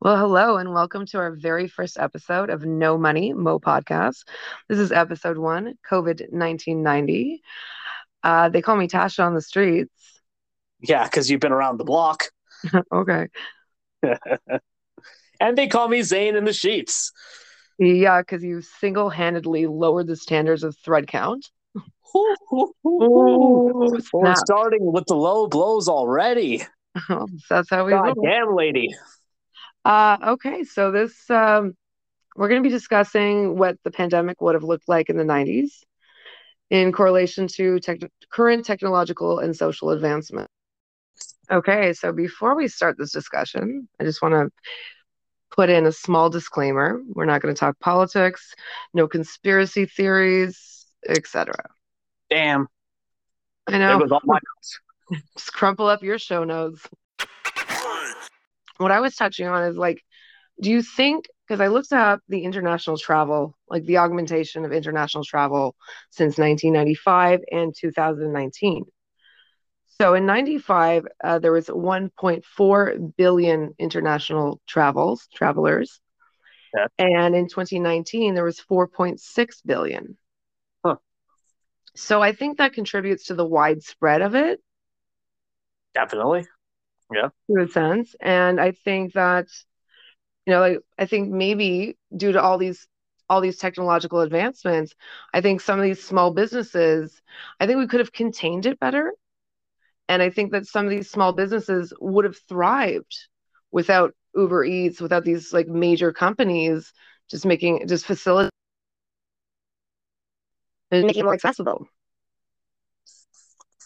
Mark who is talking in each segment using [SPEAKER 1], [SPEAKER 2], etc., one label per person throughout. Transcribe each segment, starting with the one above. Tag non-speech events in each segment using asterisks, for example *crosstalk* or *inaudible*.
[SPEAKER 1] Well, hello, and welcome to our very first episode of No Money Mo Podcast. This is episode one, COVID 1990. Uh, they call me Tasha on the streets.
[SPEAKER 2] Yeah, because you've been around the block.
[SPEAKER 1] okay.
[SPEAKER 2] and they call me Zane in the sheets.
[SPEAKER 1] Yeah, because you single handedly lowered the standards of thread count. *laughs*
[SPEAKER 2] Ooh, ooh, ooh,
[SPEAKER 1] Ooh,
[SPEAKER 2] ooh. We're
[SPEAKER 1] snap.
[SPEAKER 2] starting with the low blows already.
[SPEAKER 1] That's how we
[SPEAKER 2] God
[SPEAKER 1] roll.
[SPEAKER 2] damn, lady.
[SPEAKER 1] Uh, okay, so this um, we're going to be discussing what the pandemic would have looked like in the 90s in correlation to tech- current technological and social advancement. Okay, so before we start this discussion, I just want to put in a small disclaimer. We're not going to talk politics, no conspiracy theories, etc.
[SPEAKER 2] Damn.
[SPEAKER 1] I
[SPEAKER 2] There
[SPEAKER 1] know,
[SPEAKER 2] goes all my
[SPEAKER 1] just crumple up your show notes. What I was touching on is like do you think because i looked up the international travel like the augmentation of international travel since 1995 and 2019 so in 95 uh, there was 1.4 billion international travels travelers
[SPEAKER 2] Yeah.
[SPEAKER 1] and in 2019 there was 4.6 billion
[SPEAKER 2] Huh.
[SPEAKER 1] so i think that contributes to the widespread of it
[SPEAKER 2] Definitely.
[SPEAKER 1] to a sense. And I think that, you know, like I think maybe due to all these all these technological advancements, I think some of these small businesses, I think we could have contained it better. And I think that some of these small businesses would have thrived without Uber Eats, without these like major companies just making just facilitating making it more accessible.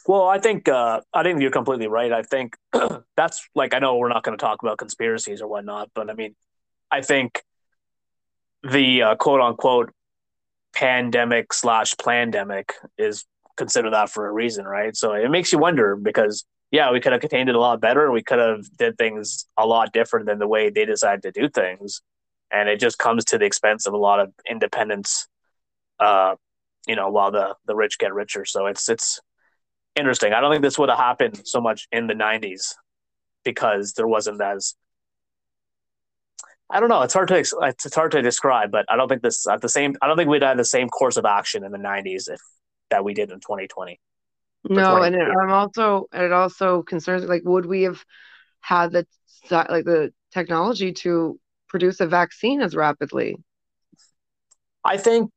[SPEAKER 2] Well, I think uh, I think you're completely right. I think *clears throat* that's like I know we're not going to talk about conspiracies or whatnot, but I mean, I think the uh, quote unquote pandemic slash pandemic is considered that for a reason, right? So it makes you wonder because yeah, we could have contained it a lot better. We could have did things a lot different than the way they decided to do things, and it just comes to the expense of a lot of independence. Uh, you know, while the the rich get richer, so it's it's interesting. I don't think this would have happened so much in the '90s because there wasn't as I don't know. It's hard to ex- it's, it's hard to describe, but I don't think this at the same. I don't think we'd have the same course of action in the '90s if that we did in 2020.
[SPEAKER 1] No, and it,
[SPEAKER 2] 2020.
[SPEAKER 1] I'm also and it also concerns like would we have had the sci- like the technology to produce a vaccine as rapidly?
[SPEAKER 2] I think.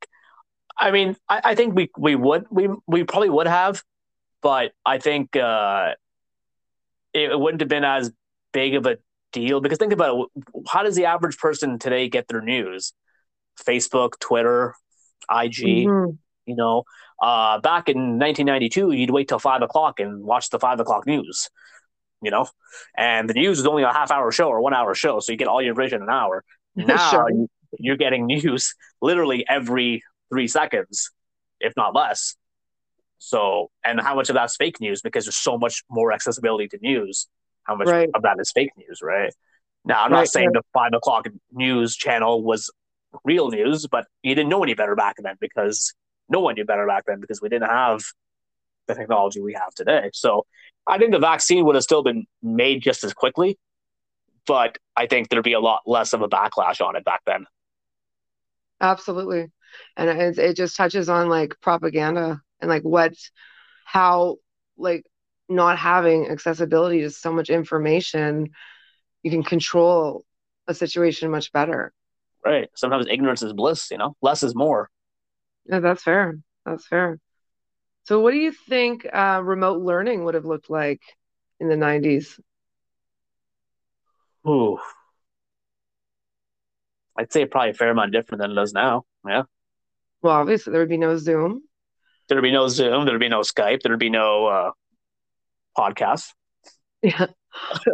[SPEAKER 2] I mean, I, I think we we would we we probably would have, but I think uh, it, it wouldn't have been as big of a deal because think about it, how does the average person today get their news? Facebook, Twitter, IG.
[SPEAKER 1] Mhm.
[SPEAKER 2] You know, uh, back in 1992, you'd wait till five o'clock and watch the five o'clock news. You know, and the news is only a half hour show or one hour show, so you get all your vision in an hour.
[SPEAKER 1] *laughs*
[SPEAKER 2] Now
[SPEAKER 1] Sure.
[SPEAKER 2] you- you're getting news *laughs* literally every three seconds, if not less. So, and how much of that's fake news? Because there's so much more accessibility to news. How much
[SPEAKER 1] Right.
[SPEAKER 2] of that is fake news, right? Now, I'm
[SPEAKER 1] Right,
[SPEAKER 2] not saying the five o'clock news channel was real news, but you didn't know any better back then because no one knew better back then because we didn't have the technology we have today. So, I think the vaccine would have still been made just as quickly, but I think there'd be a lot less of a backlash on it back then.
[SPEAKER 1] Absolutely. And it, it just touches on like propaganda and like what, how, like not having accessibility to so much information, you can control a situation much better.
[SPEAKER 2] Right. Sometimes ignorance is bliss, you know, less is more.
[SPEAKER 1] Yeah, that's fair. That's fair. So, what do you think uh, remote learning would have looked like in the 90s?
[SPEAKER 2] Ooh, I'd say probably a fair amount different than it is now. Yeah.
[SPEAKER 1] Well, obviously, there would be no Zoom. *laughs*
[SPEAKER 2] There'd be no Zoom. There'd be no Skype. There'd be no uh, podcast.
[SPEAKER 1] Yeah.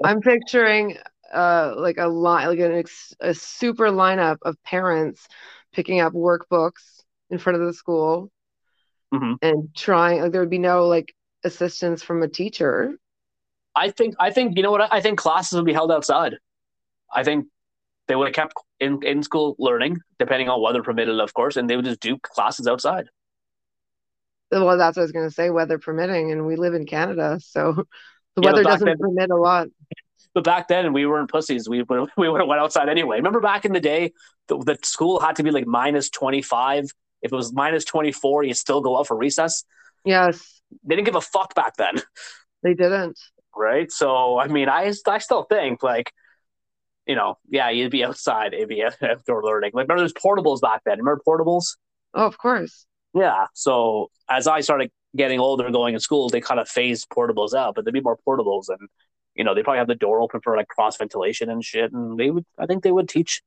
[SPEAKER 1] I'm picturing uh, like a line, like an ex- a super lineup of parents picking up workbooks in front of the school
[SPEAKER 2] hmm
[SPEAKER 1] and trying, like, there would be no like assistance from a teacher.
[SPEAKER 2] I think. I think you know what? I think classes would be held outside. I think they would have kept in in school learning, depending on weather permitted, of course, and they would just do classes outside.
[SPEAKER 1] Well, that's what I was going to say, weather permitting. And we live in Canada, so *laughs* the
[SPEAKER 2] You know,
[SPEAKER 1] weather
[SPEAKER 2] back
[SPEAKER 1] doesn't
[SPEAKER 2] then,
[SPEAKER 1] permit a lot.
[SPEAKER 2] But back then we weren't pussies. We *laughs* would we would have went outside anyway. Remember back in the day, the, the school had to be like minus twenty five. If it was minus twenty four, you still go out for recess.
[SPEAKER 1] Yes,
[SPEAKER 2] They didn't give a fuck back then,
[SPEAKER 1] they didn't.
[SPEAKER 2] right? So I mean, I I still think like, you know, yeah, you'd be outside, it'd be *laughs* outdoor learning. Like remember, there's portables back then. Remember portables?
[SPEAKER 1] Oh, of course.
[SPEAKER 2] Yeah. So as I started getting older and going to school, they kind of phased portables out, but there'd be more portables and you know, they probably have the door open for like cross ventilation and shit. And they would I think they would teach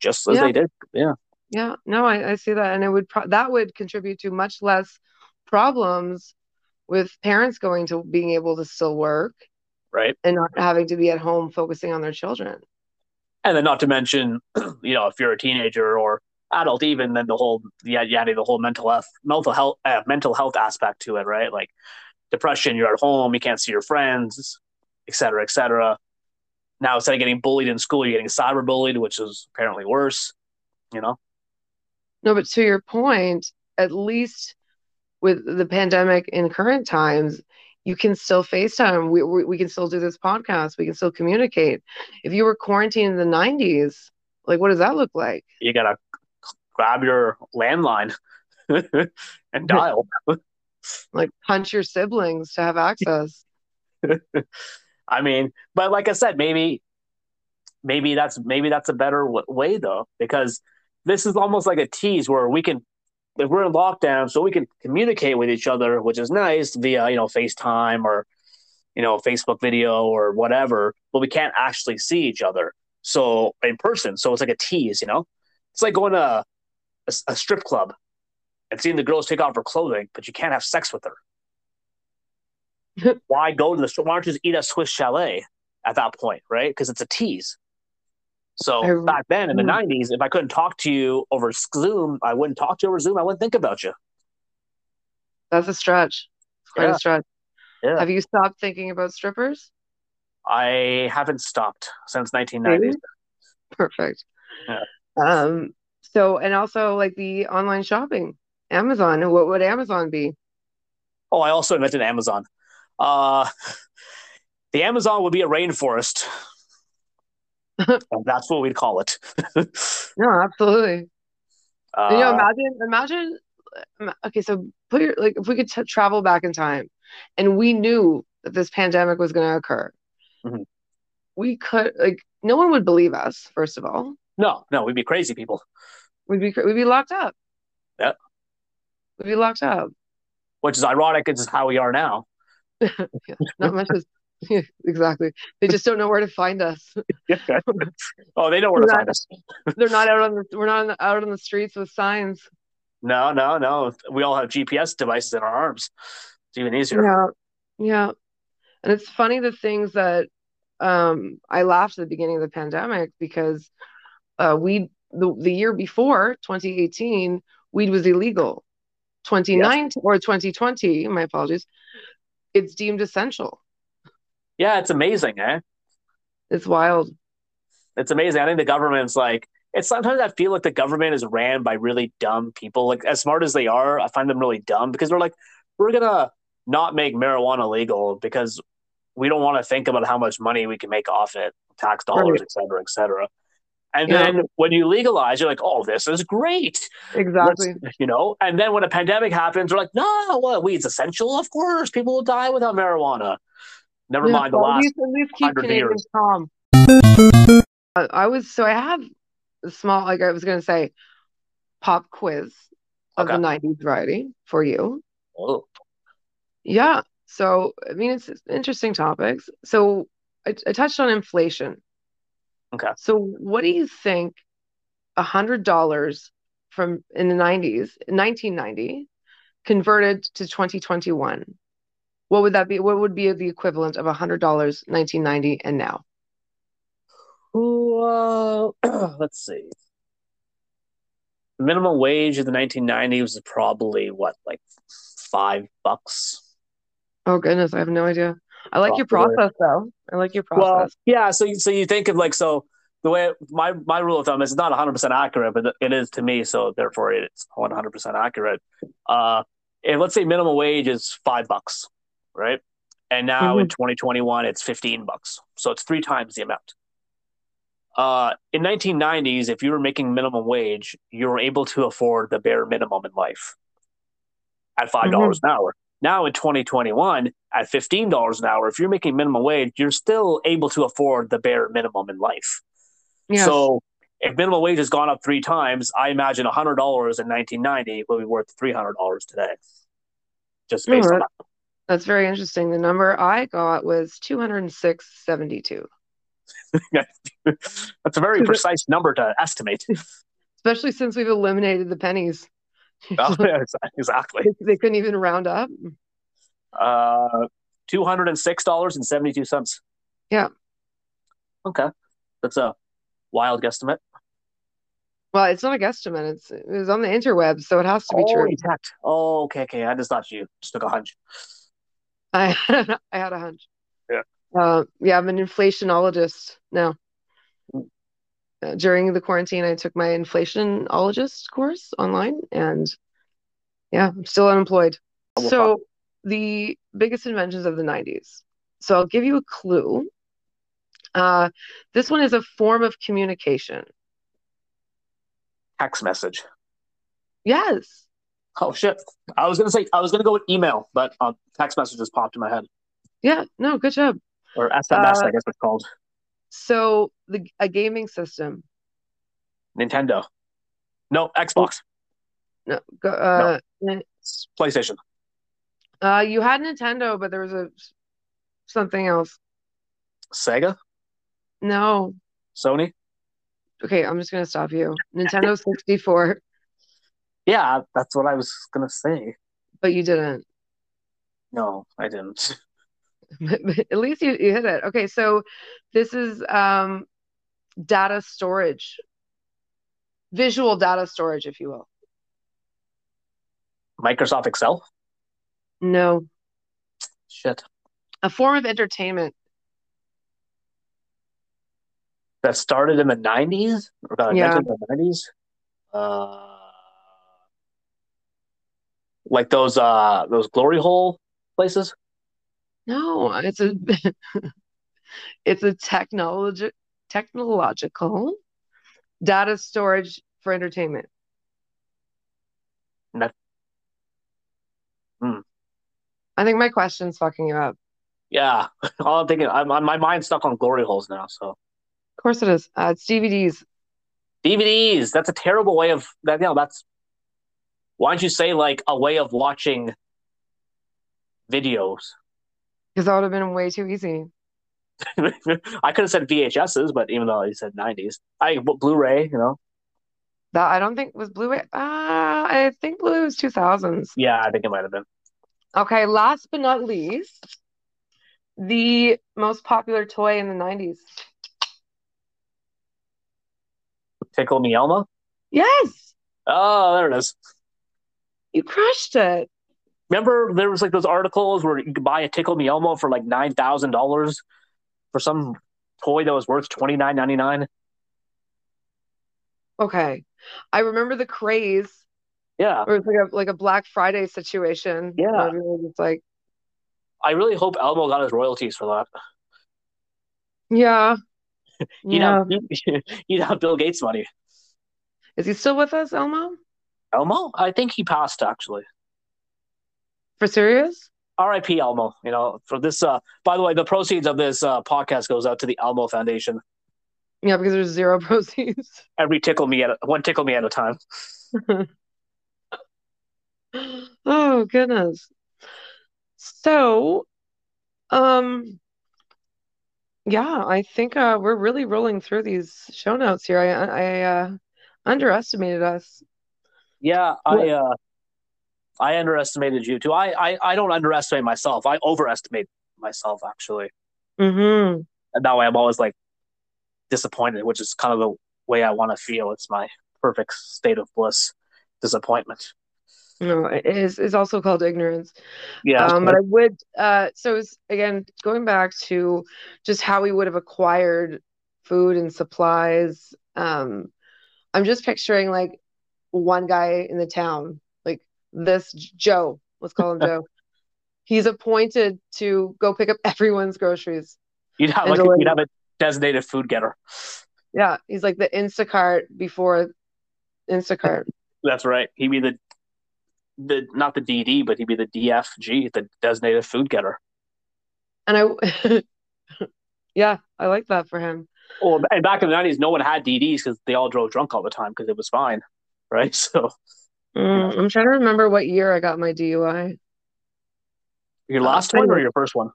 [SPEAKER 2] just as
[SPEAKER 1] Yeah.
[SPEAKER 2] they did. Yeah.
[SPEAKER 1] Yeah, no, I, I see that, and it would pro that would contribute to much less problems with parents going to being able to still work
[SPEAKER 2] Right.
[SPEAKER 1] and not having to be at home focusing on their children.
[SPEAKER 2] And then not to mention, *clears throat* you know, if you're a teenager or adult even, then the whole yeah, yeah, the whole mental health mental health uh, mental health aspect to it, right? Like depression, you're at home, you can't see your friends, et cetera, et cetera. Now instead of getting bullied in school, you're getting cyberbullied, which is apparently worse, you know?
[SPEAKER 1] No, but to your point, at least with the pandemic in current times, you can still FaceTime. We, we we can still do this podcast. We can still communicate. If you were quarantined in the 90s, like what does that look like?
[SPEAKER 2] you gotta grab your landline *laughs* and dial.
[SPEAKER 1] Like punch your siblings to have access.
[SPEAKER 2] I mean, but like I said, maybe, maybe that's maybe that's a better w- way though, because this is almost like a tease where we can, if we're in lockdown, so we can communicate with each other, which is nice via you know FaceTime or you know Facebook video or whatever, but we can't actually see each other so in person. So it's like a tease, you know. It's like going to a, a s- a strip club and seeing the girls take off her clothing, but you can't have
[SPEAKER 1] *laughs*
[SPEAKER 2] sex with her. Why go to the strip? Why don't you just eat at Swiss Chalet at that point, right? Because it's a tease. So
[SPEAKER 1] I-
[SPEAKER 2] back then in the
[SPEAKER 1] Mm.
[SPEAKER 2] '90s, if I couldn't talk to you over Zoom, I wouldn't talk to you over Zoom. I wouldn't think about you.
[SPEAKER 1] That's a stretch. It's quite
[SPEAKER 2] Yeah.
[SPEAKER 1] a stretch.
[SPEAKER 2] Yeah.
[SPEAKER 1] Have you stopped thinking about strippers? *laughs*
[SPEAKER 2] I haven't stopped since 1990s.
[SPEAKER 1] Really? Perfect.
[SPEAKER 2] Yeah.
[SPEAKER 1] Um, so and also like the online shopping, Amazon. What would Amazon be?
[SPEAKER 2] Oh, I also invented Amazon. Uh, the Amazon would be a rainforest. and that's what we'd call it. *laughs*
[SPEAKER 1] No, absolutely. you know,
[SPEAKER 2] Uh,
[SPEAKER 1] imagine, imagine. ima- Okay, so put your like if we could t travel back in time, and we knew that this pandemic was going to occur,
[SPEAKER 2] Mhm.
[SPEAKER 1] we could like no one would believe us. First of all,
[SPEAKER 2] no, no, we'd be crazy people.
[SPEAKER 1] we'd be cr- we'd be locked up.
[SPEAKER 2] Yeah.
[SPEAKER 1] we'd be locked up.
[SPEAKER 2] which is ironic. It's how we are now.
[SPEAKER 1] Not much is Yeah, *laughs* exactly. They just don't know where to find us. *laughs*
[SPEAKER 2] *laughs* oh, they know where to find us.
[SPEAKER 1] They're not out on the we're not on the, out on the streets with signs.
[SPEAKER 2] No, no, no. We all have GPS devices in our arms. It's even easier.
[SPEAKER 1] Yeah, yeah. And it's funny the things that um, I laughed at the beginning of the pandemic because uh, weed the the year before 2018 weed was illegal. 2019 or 2020, my apologies. It's deemed essential.
[SPEAKER 2] Yeah, it's amazing, eh?
[SPEAKER 1] It's wild.
[SPEAKER 2] It's amazing. I think the government's like. It's sometimes I feel like the government is ran by really dumb people. Like as smart as they are, I find them really dumb because they're like, we're gonna not make marijuana legal because we don't want to think about how much money we can make off it, tax
[SPEAKER 1] Right.
[SPEAKER 2] dollars, et cetera, et cetera. And
[SPEAKER 1] Yeah.
[SPEAKER 2] then when you legalize, you're like, oh, this
[SPEAKER 1] *laughs*
[SPEAKER 2] is great. Let's-
[SPEAKER 1] Exactly.
[SPEAKER 2] you know and then when a pandemic happens we're like no what weed's essential of course people will die without marijuana never
[SPEAKER 1] Yeah,
[SPEAKER 2] mind the
[SPEAKER 1] well, at
[SPEAKER 2] last
[SPEAKER 1] least, at least keep
[SPEAKER 2] 100
[SPEAKER 1] Canadians
[SPEAKER 2] years.
[SPEAKER 1] calm. I, I was so I have a small like I was gonna say pop quiz of the
[SPEAKER 2] Okay.
[SPEAKER 1] nineties variety for you.
[SPEAKER 2] oh,
[SPEAKER 1] Yeah. So I mean it's, it's interesting topics. So I, I touched on inflation.
[SPEAKER 2] Okay.
[SPEAKER 1] So what do you think a hundred dollars from in the nineties, nineteen ninety, converted to twenty twenty one? What would that be? What would be the equivalent of a hundred dollars, nineteen ninety, and now?
[SPEAKER 2] who, uh, *clears throat* let's see minimum wage in the 1990s was probably what like five bucks
[SPEAKER 1] Oh goodness, I have no idea. I like your
[SPEAKER 2] Properly.
[SPEAKER 1] process though. I like your process.
[SPEAKER 2] Well, yeah. So you, so you think of like so the way my my rule of thumb is it's not 100 percent accurate, but it is to me. So therefore, it's 100 percent accurate. Uh, and let's say minimum wage is five bucks, right? and now
[SPEAKER 1] Mhm.
[SPEAKER 2] in 2021 it's 15 bucks so it's three times the amount uh, in 1990s if you were making minimum wage you were able to afford the bare minimum in life at $5 dollars an hour now in 2021 at $15 an hour if you're making minimum wage you're still able to afford the bare minimum in life
[SPEAKER 1] Yes.
[SPEAKER 2] so if minimum wage has gone up three times i imagine $100 in 1990 will be worth $300 today just based
[SPEAKER 1] Alright.
[SPEAKER 2] on that
[SPEAKER 1] That's very interesting. The number I got was 206.72,
[SPEAKER 2] *laughs* that's a very
[SPEAKER 1] Is it-
[SPEAKER 2] precise number to estimate *laughs*
[SPEAKER 1] especially since we've eliminated the pennies.
[SPEAKER 2] Oh, yeah, exa- *laughs* exactly.
[SPEAKER 1] They couldn't even round up.
[SPEAKER 2] Uh, two hundred and six dollars and seventy two cents.
[SPEAKER 1] Yeah.
[SPEAKER 2] Okay, that's a wild guesstimate.
[SPEAKER 1] Well, it's not a guesstimate. It's it was on the interweb, so it has to be
[SPEAKER 2] oh,
[SPEAKER 1] true.
[SPEAKER 2] you checked. Oh, okay, okay. I just thought you just took a hunch.
[SPEAKER 1] I *laughs* I had a hunch.
[SPEAKER 2] Yeah.
[SPEAKER 1] Uh, yeah, I'm an inflationologist now.
[SPEAKER 2] Mm.
[SPEAKER 1] Uh, during the quarantine, I took my inflationologist course online, and yeah, I'm still unemployed.
[SPEAKER 2] Oh, well,
[SPEAKER 1] So, the biggest inventions of the 90s. So, I'll give you a clue. Uh, this one is a form of communication.
[SPEAKER 2] Text message.
[SPEAKER 1] Yes.
[SPEAKER 2] Oh shit! I was gonna say I was gonna go with email, but um, text messages popped in my head
[SPEAKER 1] Yeah. No, good job.
[SPEAKER 2] or SMS.
[SPEAKER 1] Uh,
[SPEAKER 2] I guess it's called
[SPEAKER 1] So, the a gaming system.
[SPEAKER 2] Nintendo. No, Xbox,
[SPEAKER 1] No, go, uh,
[SPEAKER 2] PlayStation.
[SPEAKER 1] Uh, you had Nintendo, but there was a something else.
[SPEAKER 2] Sega,
[SPEAKER 1] No.
[SPEAKER 2] Sony.
[SPEAKER 1] Okay, I'm just gonna stop you. Nintendo 64,
[SPEAKER 2] Yeah, that's what I was gonna say.
[SPEAKER 1] but you didn't. *laughs*
[SPEAKER 2] No, I didn't.
[SPEAKER 1] At least you, you hit it. Okay, so this is um data storage, visual data storage, if you will.
[SPEAKER 2] Microsoft Excel.
[SPEAKER 1] No,
[SPEAKER 2] Shit.
[SPEAKER 1] a form of entertainment.
[SPEAKER 2] that started in the 90s or got
[SPEAKER 1] Yeah.
[SPEAKER 2] invented in the 90s uh, like those uh those glory hole places
[SPEAKER 1] No, it's a *laughs* it's a technology technological data storage for entertainment.
[SPEAKER 2] Net- Hmm.
[SPEAKER 1] I think my question's fucking you up.
[SPEAKER 2] yeah *laughs* all i'm thinking I'm, I'm, my mind's stuck on glory holes now so
[SPEAKER 1] Of course it is. Uh, it's DVDs.
[SPEAKER 2] dvds that's a terrible way of that you know that's why don't you say like a way of watching videos *laughs*
[SPEAKER 1] Because that would have been way too easy.
[SPEAKER 2] i could have said vhs's but even though you said 90s i blu-ray you know
[SPEAKER 1] That I don't think was Blu-ray. Uh, I think Blu-ray was 2000s.
[SPEAKER 2] yeah i think it might have been
[SPEAKER 1] Okay, last but not least, the most popular toy in the 90s.
[SPEAKER 2] tickle me elmo
[SPEAKER 1] Yes,
[SPEAKER 2] oh there it is
[SPEAKER 1] you crushed it.
[SPEAKER 2] Remember, there was like those articles where you could buy a Tickle Me Elmo for like nine thousand dollars for some toy that was worth twenty nine ninety nine.
[SPEAKER 1] Okay. I remember the craze
[SPEAKER 2] Yeah,
[SPEAKER 1] or it was like a like a Black Friday situation.
[SPEAKER 2] Yeah.
[SPEAKER 1] where everyone was like,
[SPEAKER 2] I really hope Elmo got his royalties for that.
[SPEAKER 1] yeah,
[SPEAKER 2] *laughs* You
[SPEAKER 1] yeah.
[SPEAKER 2] know, *laughs* you would have Bill Gates money.
[SPEAKER 1] Is he still with us, Elmo?
[SPEAKER 2] Elmo, I think he passed actually.
[SPEAKER 1] For serious?
[SPEAKER 2] R.I.P. Elmo. You know, for this. Uh, by the way, the proceeds of this uh, podcast goes out to the Elmo Foundation.
[SPEAKER 1] Yeah, because there's zero *laughs* proceeds.
[SPEAKER 2] Every tickle me at a, one tickle me at a time.
[SPEAKER 1] Oh goodness. So, um, yeah, I think uh we're really rolling through these show notes here. I I uh underestimated us.
[SPEAKER 2] Yeah, I uh, I underestimated you too. I, I I don't underestimate myself. I overestimate myself actually.
[SPEAKER 1] Mm-hmm.
[SPEAKER 2] and that way I'm always like disappointed, which is kind of the way I want to feel. It's my perfect state of bliss, disappointment.
[SPEAKER 1] No, it is is also called ignorance.
[SPEAKER 2] Yeah,
[SPEAKER 1] Um, but I would uh so it's again going back to just how we would have acquired food and supplies. Um, I'm just picturing like *laughs* one guy in the town, like this J- Joe, let's call him Joe. He's appointed to go pick up *laughs* everyone's groceries.
[SPEAKER 2] You'd have
[SPEAKER 1] And
[SPEAKER 2] like
[SPEAKER 1] deliver.
[SPEAKER 2] you'd have a designated food getter.
[SPEAKER 1] Yeah, he's like the Instacart before Instacart.
[SPEAKER 2] That's right. He'd be the the not the DD, but he'd be the DFG, the designated food getter.
[SPEAKER 1] And I, *laughs* yeah, I like that for him.
[SPEAKER 2] Well, and back in the nineties, no one had DDs because they all drove drunk all the time because it was fine, right? *laughs* So
[SPEAKER 1] Mm, I'm trying to remember what year I got my DUI.
[SPEAKER 2] your
[SPEAKER 1] Uh,
[SPEAKER 2] last one or your first one?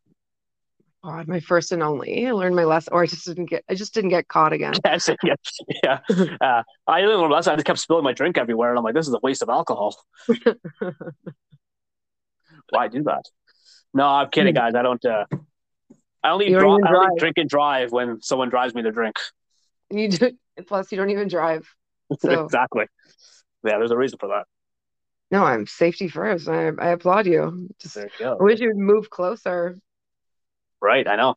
[SPEAKER 1] God, my first and only. I learned my lesson, or I just didn't get. I just didn't get caught again. *laughs*
[SPEAKER 2] That's it, yeah, yeah. Uh, I didn't know last. time. I just kept spilling my drink everywhere, and I'm like, this is a waste
[SPEAKER 1] *laughs*
[SPEAKER 2] of alcohol. Why do that? No, I'm kidding, guys. I don't. Uh, I only,
[SPEAKER 1] Hmm. You
[SPEAKER 2] dri-
[SPEAKER 1] don't even
[SPEAKER 2] I only
[SPEAKER 1] drive.
[SPEAKER 2] drink and drive when someone drives me to drink. *laughs*
[SPEAKER 1] And you do. Plus, you don't even drive. So
[SPEAKER 2] exactly. Yeah, there's a reason for that.
[SPEAKER 1] no, I'm safety first. I, I applaud you. Just
[SPEAKER 2] There
[SPEAKER 1] I
[SPEAKER 2] you go.
[SPEAKER 1] wish you'd move closer.
[SPEAKER 2] Right, I know.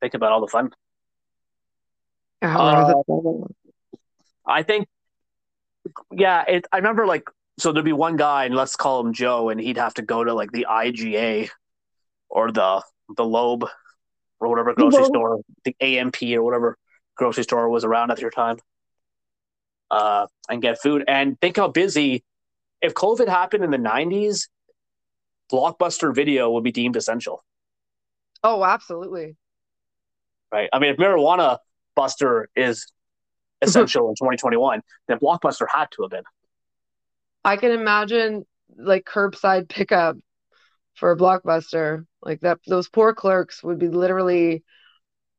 [SPEAKER 2] Think about all the fun.
[SPEAKER 1] Oh, when I was at
[SPEAKER 2] Uh, *laughs*
[SPEAKER 1] school.
[SPEAKER 2] I think, yeah, it, I remember like, so there'd be one guy, and let's call him Joe, and he'd have to go to like the IGA or the the Loeb or whatever grocery
[SPEAKER 1] Loeb.
[SPEAKER 2] store, the AMP or whatever grocery store was around at your time, uh, and get food. And think how busy, if COVID happened in the 90s, Blockbuster video would be deemed essential,
[SPEAKER 1] *laughs* oh, absolutely.
[SPEAKER 2] right? I mean, if Marijuana Buster is essential in 2021, then Blockbuster had to have been.
[SPEAKER 1] I can imagine like curbside pickup for a blockbuster. Like that, those poor clerks would be literally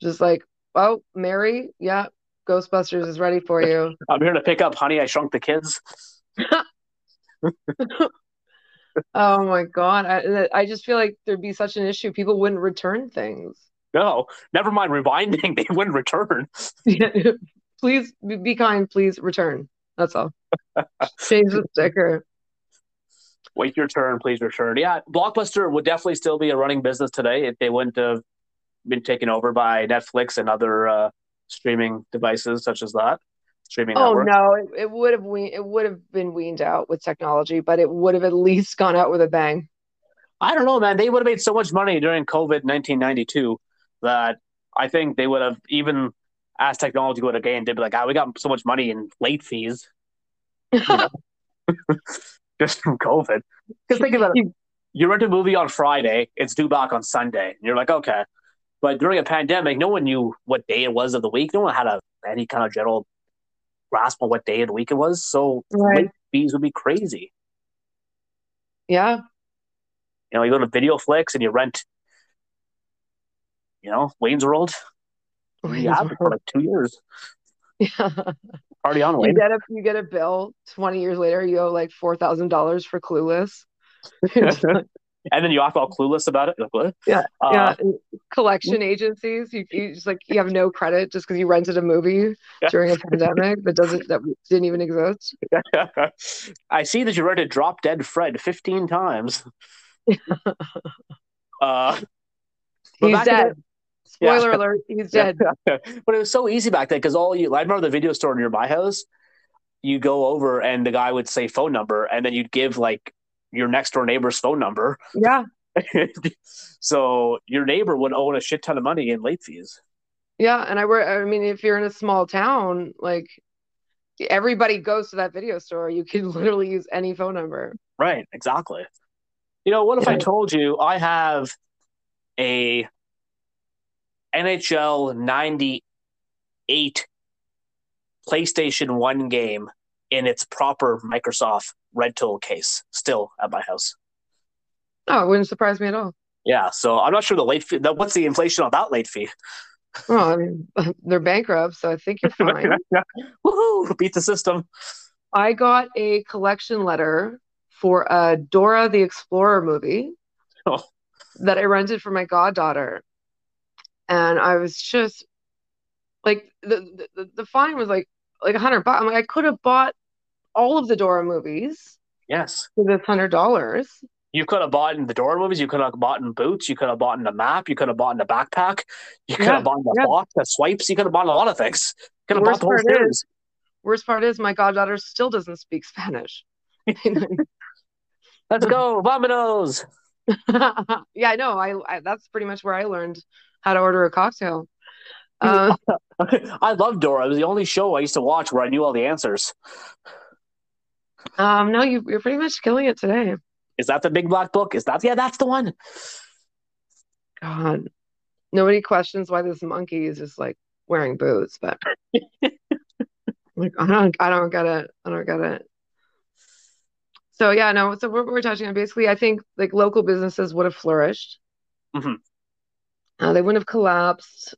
[SPEAKER 1] just like, "Oh, Mary, yeah, Ghostbusters is ready for you."
[SPEAKER 2] I'm here to pick up Honey, I Shrunk the Kids.
[SPEAKER 1] Oh my God, I I just feel like there'd be such an issue. People wouldn't return things. *laughs*
[SPEAKER 2] No, never mind rewinding. *laughs* They wouldn't return.
[SPEAKER 1] Please be- be kind. Please return. That's all. Change the sticker.
[SPEAKER 2] Wait your turn, please return. Yeah, Blockbuster would definitely still be a running business today if they wouldn't have been taken over by Netflix and other uh, streaming devices such as that. Streaming
[SPEAKER 1] Oh
[SPEAKER 2] network.
[SPEAKER 1] no, it, it would have we it would have been weaned out with technology, but it would have at least gone out with a bang. *laughs*
[SPEAKER 2] I don't know, man. They would have made so much money during COVID 1992 that I think they would have, even as technology would have gained, they'd be like, ah, we got so much money in late fees just from COVID. Because think *laughs* about it.
[SPEAKER 1] You-
[SPEAKER 2] you rent a movie on Friday, it's due back on Sunday. And you're like, okay. But during a pandemic, no one knew what day it was of the week. No one had a, any kind of general grasp on what day of the week it was. So
[SPEAKER 1] Right.
[SPEAKER 2] late fees would be crazy.
[SPEAKER 1] Yeah.
[SPEAKER 2] You know, you go to Videoflix and you rent, you know, Wayne's World.
[SPEAKER 1] *laughs* Wayne's
[SPEAKER 2] You have it for
[SPEAKER 1] World.
[SPEAKER 2] like two years.
[SPEAKER 1] Yeah.
[SPEAKER 2] Already
[SPEAKER 1] *laughs*
[SPEAKER 2] on
[SPEAKER 1] You *laughs*
[SPEAKER 2] Wayne. *laughs*
[SPEAKER 1] get a you get a bill 20 years later, you owe like $4,000 for Clueless. *laughs* It's like-
[SPEAKER 2] And then you act all clueless about it. You're like, what?
[SPEAKER 1] Yeah,
[SPEAKER 2] Uh,
[SPEAKER 1] yeah, and collection agencies, you, you just like you have no credit just because you rented a movie
[SPEAKER 2] Yeah.
[SPEAKER 1] during a pandemic that doesn't that didn't even exist.
[SPEAKER 2] *laughs* I see that you rented Drop Dead Fred 15 times. uh, *laughs* but
[SPEAKER 1] He's
[SPEAKER 2] back in the-
[SPEAKER 1] dead.
[SPEAKER 2] Yeah.
[SPEAKER 1] Spoiler alert, he's
[SPEAKER 2] Yeah.
[SPEAKER 1] dead.
[SPEAKER 2] but it was so easy back then because all you, I remember the video store near my house, you go over and the guy would say phone number and then you'd give like your next door neighbor's phone number. *laughs*
[SPEAKER 1] Yeah,
[SPEAKER 2] so your neighbor would own a shit ton of money in late fees.
[SPEAKER 1] yeah. And I were I mean, if you're in a small town, like everybody goes to that video store. You can *laughs* literally use any phone number.
[SPEAKER 2] Right, exactly. You know, what if I
[SPEAKER 1] Yeah.
[SPEAKER 2] told you I have a NHL 98 PlayStation 1 game in its proper Microsoft Red Tool case still at my house?
[SPEAKER 1] Oh, it wouldn't surprise me at all.
[SPEAKER 2] Yeah, so I'm not sure the late fee. the- What's the inflation on that late fee? *laughs*
[SPEAKER 1] Well, I mean, *laughs* they're bankrupt, so I think
[SPEAKER 2] *laughs*
[SPEAKER 1] you're fine.
[SPEAKER 2] Woohoo! Beat the system.
[SPEAKER 1] I got a collection letter for a Dora the Explorer movie
[SPEAKER 2] Oh.
[SPEAKER 1] that I rented for my goddaughter. And I was just like the the, the fine was like like a hundred bucks. I'm like, I could have bought all of the Dora movies
[SPEAKER 2] Yes,
[SPEAKER 1] for this hundred dollars.
[SPEAKER 2] you could have bought in the door movies. You could have bought in boots. You could have bought in a map. You could have bought in a backpack. You could
[SPEAKER 1] Yeah,
[SPEAKER 2] have bought in a
[SPEAKER 1] yeah.
[SPEAKER 2] box that swipes. You could have bought a lot of things. Could have
[SPEAKER 1] Worst
[SPEAKER 2] bought the whole
[SPEAKER 1] part is-
[SPEAKER 2] series.
[SPEAKER 1] Worst part is my goddaughter *laughs* still doesn't speak Spanish. *laughs*
[SPEAKER 2] Let's go, Vominos!
[SPEAKER 1] yeah, I know. I, I that's pretty much where I learned how to order a cocktail. Uh,
[SPEAKER 2] *laughs* I loved Dora. It was the only show I used to watch where I knew all the answers.
[SPEAKER 1] um, no, you, you're pretty much killing it today.
[SPEAKER 2] Is that the big black book? Is that yeah, that's the one.
[SPEAKER 1] God, nobody questions why this monkey is just like wearing boots,
[SPEAKER 2] *laughs*
[SPEAKER 1] but like I don't, I don't get it. I don't get it. So yeah, no. So what we're touching on basically, I think like local businesses would have flourished.
[SPEAKER 2] Mhm.
[SPEAKER 1] Uh, they wouldn't have collapsed.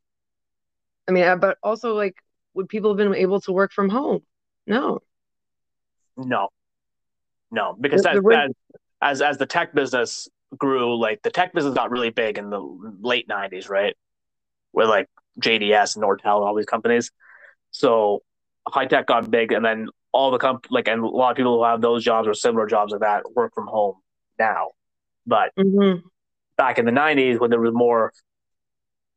[SPEAKER 1] I mean, uh, but also like, would people have been able to work from home? No.
[SPEAKER 2] No, no, because
[SPEAKER 1] The-
[SPEAKER 2] that,
[SPEAKER 1] the re-
[SPEAKER 2] that- as as the tech business grew, like the tech business got really big in the late '90s, right? With like JDS and Nortel and all these companies. So high tech got big, and then all the comp like and a lot of people who have those jobs or similar jobs like that work from home now. But
[SPEAKER 1] hmm
[SPEAKER 2] back in the '90s, when there was more,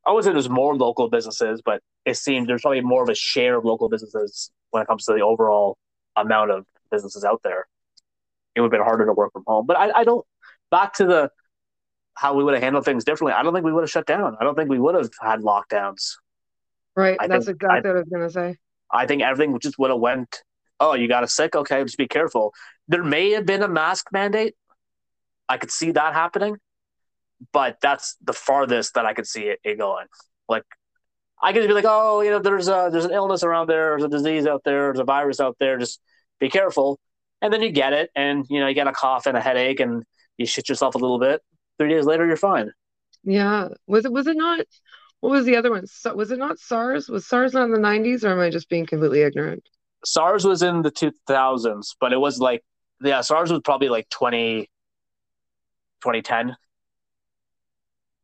[SPEAKER 2] I would say there's more local businesses, but it seemed there's probably more of a share of local businesses when it comes to the overall amount of businesses out there it would have been harder to work from home. But I, I don't back to the how we would have handled things differently. I don't think we would have shut down. I don't think we would have had lockdowns.
[SPEAKER 1] Right.
[SPEAKER 2] I
[SPEAKER 1] That's
[SPEAKER 2] think-
[SPEAKER 1] exactly what I was gonna say.
[SPEAKER 2] I think everything just would have went. Oh, you got a sick? Okay, just be careful. There may have been a mask mandate. I could see that happening, but that's the farthest that I could see it, it going. Like I could just be like, oh, you know, there's a there's an illness around there, there's a disease out there, there's a virus out there. Just be careful, and then you get it, and you know, you get a cough and a headache, and you shit yourself a little bit. Three days later, you're fine.
[SPEAKER 1] Yeah. Was it? Was it not? What was the other one? So, was it not SARS? Was SARS not in the '90s, or am I just being completely ignorant?
[SPEAKER 2] SARS was in the 2000s, but it was like, yeah, SARS was probably like 20, 2010.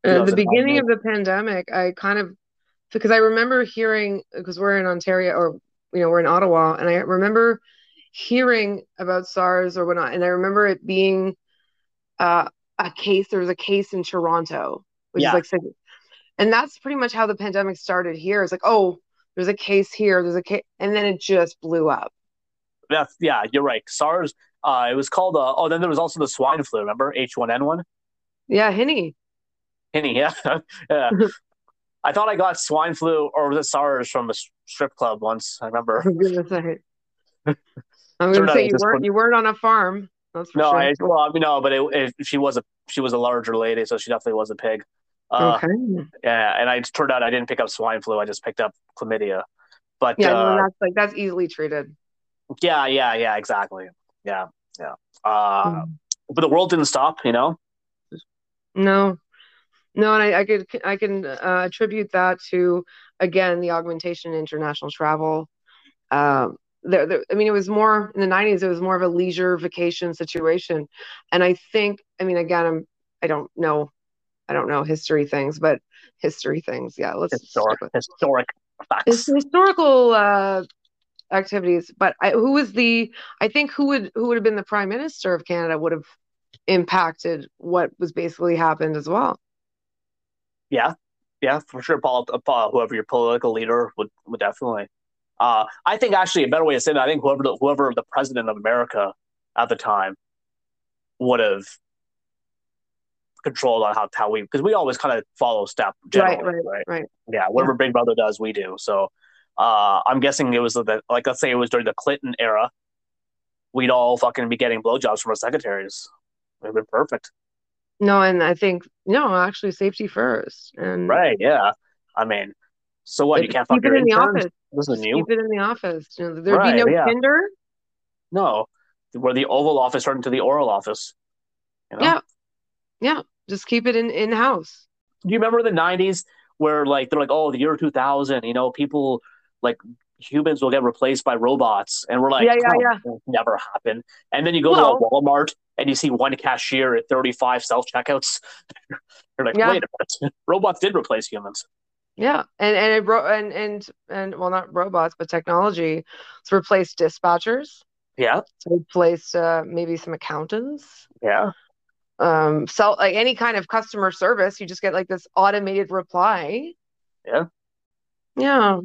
[SPEAKER 1] At Uh, the beginning
[SPEAKER 2] 2009.
[SPEAKER 1] of the pandemic, I kind of because I remember hearing because we're in Ontario or you know we're in Ottawa, and I remember hearing about SARS or whatnot, and I remember it being uh, a case. There was a case in Toronto, which
[SPEAKER 2] Yeah.
[SPEAKER 1] is like, sig- and that's pretty much how the pandemic started here. It's like, oh, there's a case here, there's a case, and then it just blew up.
[SPEAKER 2] That's, yeah, you're right. SARS, uh, it was called, uh, oh, then there was also the swine flu, remember? H1N1?
[SPEAKER 1] Yeah, Henny.
[SPEAKER 2] Henny, *laughs* yeah.
[SPEAKER 1] *laughs*
[SPEAKER 2] yeah. I thought I got swine flu or was it SARS from a s- strip club once.
[SPEAKER 1] *laughs*
[SPEAKER 2] I remember.
[SPEAKER 1] I'm gonna say, I'm gonna
[SPEAKER 2] Turned out
[SPEAKER 1] say
[SPEAKER 2] it
[SPEAKER 1] you
[SPEAKER 2] just
[SPEAKER 1] weren't
[SPEAKER 2] put-
[SPEAKER 1] you weren't on a farm. That's for
[SPEAKER 2] No,
[SPEAKER 1] sure.
[SPEAKER 2] I, well, I mean, no, but it, it, she was a she was a larger lady, so she definitely was a pig. Uh,
[SPEAKER 1] Okay.
[SPEAKER 2] Yeah, and I it turned out I didn't pick up swine flu. I just picked up chlamydia. But
[SPEAKER 1] Yeah,
[SPEAKER 2] uh,
[SPEAKER 1] no, that's like that's easily treated.
[SPEAKER 2] Yeah, yeah, yeah, exactly. Yeah, yeah. Uh,
[SPEAKER 1] Mm.
[SPEAKER 2] but the world didn't stop, you know?
[SPEAKER 1] No, no, and I, I could I can uh, attribute that to again the augmentation in international travel. Um, there, there, I mean, it was more in the '90s. It was more of a leisure vacation situation, and I think, I mean, again, I'm I don't know, I don't know history things, but history things, yeah, let's
[SPEAKER 2] Historic,
[SPEAKER 1] stick with
[SPEAKER 2] historic
[SPEAKER 1] it's
[SPEAKER 2] facts.
[SPEAKER 1] historical uh, activities. But I, who was the? I think who would who would have been the prime minister of Canada would have impacted what was basically happened as well.
[SPEAKER 2] Yeah, yeah, for sure. Paul, uh, Paul, whoever your political leader would, would definitely. Uh, I think actually a better way to say that, I think whoever the, whoever the president of America at the time would have controlled on how, how we, because we always kind of follow step generally,
[SPEAKER 1] Right, right,
[SPEAKER 2] right?
[SPEAKER 1] right.
[SPEAKER 2] Yeah, whatever Big Brother does, we do. So uh, I'm guessing it was the, like, let's say it was during the Clinton era. We'd all fucking be getting blowjobs from our secretaries. It would have been perfect.
[SPEAKER 1] No, and I think no, actually, safety first, and
[SPEAKER 2] Right, yeah. I mean, so what?
[SPEAKER 1] like,
[SPEAKER 2] You
[SPEAKER 1] keep
[SPEAKER 2] can't fuck
[SPEAKER 1] it
[SPEAKER 2] your
[SPEAKER 1] Mm. in the
[SPEAKER 2] interns?
[SPEAKER 1] office.
[SPEAKER 2] This
[SPEAKER 1] Just
[SPEAKER 2] isn't new.
[SPEAKER 1] keep it in the office. You know, there'd
[SPEAKER 2] Right,
[SPEAKER 1] be no
[SPEAKER 2] yeah.
[SPEAKER 1] Tinder.
[SPEAKER 2] No. Where the Oval Office turned into the Oral Office. You know?
[SPEAKER 1] Yeah, yeah. Just keep it in in house.
[SPEAKER 2] Do you remember the 90s where, like, they're like, oh, the year 2000, you know, people, like, humans will get replaced by robots. And we're like,
[SPEAKER 1] Yeah, yeah,
[SPEAKER 2] "No,
[SPEAKER 1] yeah.
[SPEAKER 2] that'll never happen. And then you go to a
[SPEAKER 1] Well-
[SPEAKER 2] Walmart and you see one cashier at 35 self checkouts. *laughs* You're like,
[SPEAKER 1] Yeah.
[SPEAKER 2] wait a minute. *laughs* Robots did replace humans.
[SPEAKER 1] Yeah, and and it ro and and and well, not robots, but technology. It's replaced dispatchers.
[SPEAKER 2] Yeah,
[SPEAKER 1] It's replaced uh, maybe some accountants.
[SPEAKER 2] yeah.
[SPEAKER 1] Um, so like any kind of customer service, you just get like this automated reply.
[SPEAKER 2] Yeah.
[SPEAKER 1] Yeah.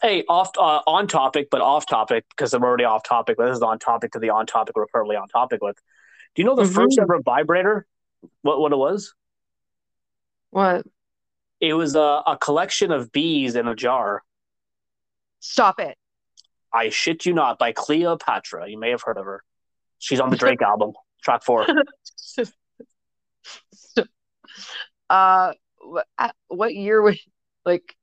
[SPEAKER 2] Hey, off uh, on topic, but off topic because I'm already off topic. But this is on topic to the on topic we're currently on topic with. Do you know the
[SPEAKER 1] Mhm.
[SPEAKER 2] first ever vibrator what what it was?
[SPEAKER 1] What?
[SPEAKER 2] It was a, a collection of bees in a jar.
[SPEAKER 1] Stop it.
[SPEAKER 2] I shit you not by Cleopatra. You may have heard of her. She's on the Drake album, track four.
[SPEAKER 1] Uh, wh- at- what year was like?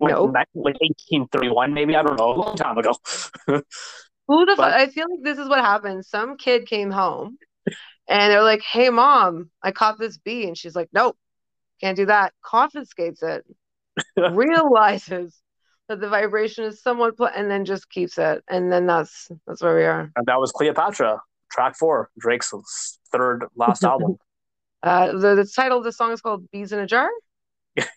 [SPEAKER 2] Like,
[SPEAKER 1] No.
[SPEAKER 2] ni- like 1831, maybe. I don't know. A long time ago. *laughs*
[SPEAKER 1] Who the fuck?
[SPEAKER 2] But-
[SPEAKER 1] I feel like this is what happened. Some kid came home, and they're like, "Hey, mom, I caught this bee," and she's like, "Nope, can't do that." Confiscates
[SPEAKER 2] *laughs*
[SPEAKER 1] it, realizes that the vibration is somewhat, pl- and then just keeps it, and then that's that's where we are.
[SPEAKER 2] and that was Cleopatra, track four, Drake's s- third last album. *laughs*
[SPEAKER 1] Uh, the, the title of the song is called "Bees in a Jar."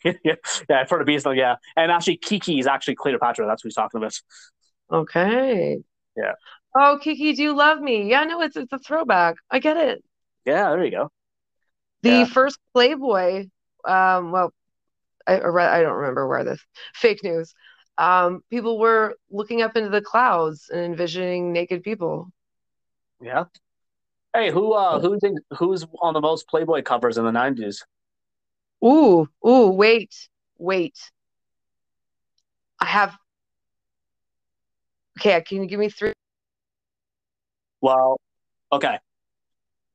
[SPEAKER 2] yeah, I've heard of Beast. though, Yeah, and actually, Kiki is actually Cleopatra. That's who he's talking about.
[SPEAKER 1] Okay.
[SPEAKER 2] Yeah.
[SPEAKER 1] Oh, Kiki, do you love me? Yeah, no, it's it's a throwback. I get it.
[SPEAKER 2] Yeah, there you go.
[SPEAKER 1] The
[SPEAKER 2] Yeah.
[SPEAKER 1] first Playboy, um, well, I, I read, I don't remember where this fake news. Um, people were looking up into the clouds and envisioning naked people.
[SPEAKER 2] Yeah. Hey, who uh, who's in, who's on the most Playboy covers in the nineties?
[SPEAKER 1] Ooh, ooh, wait, wait. I have. Okay, can you give me three?
[SPEAKER 2] Well, okay,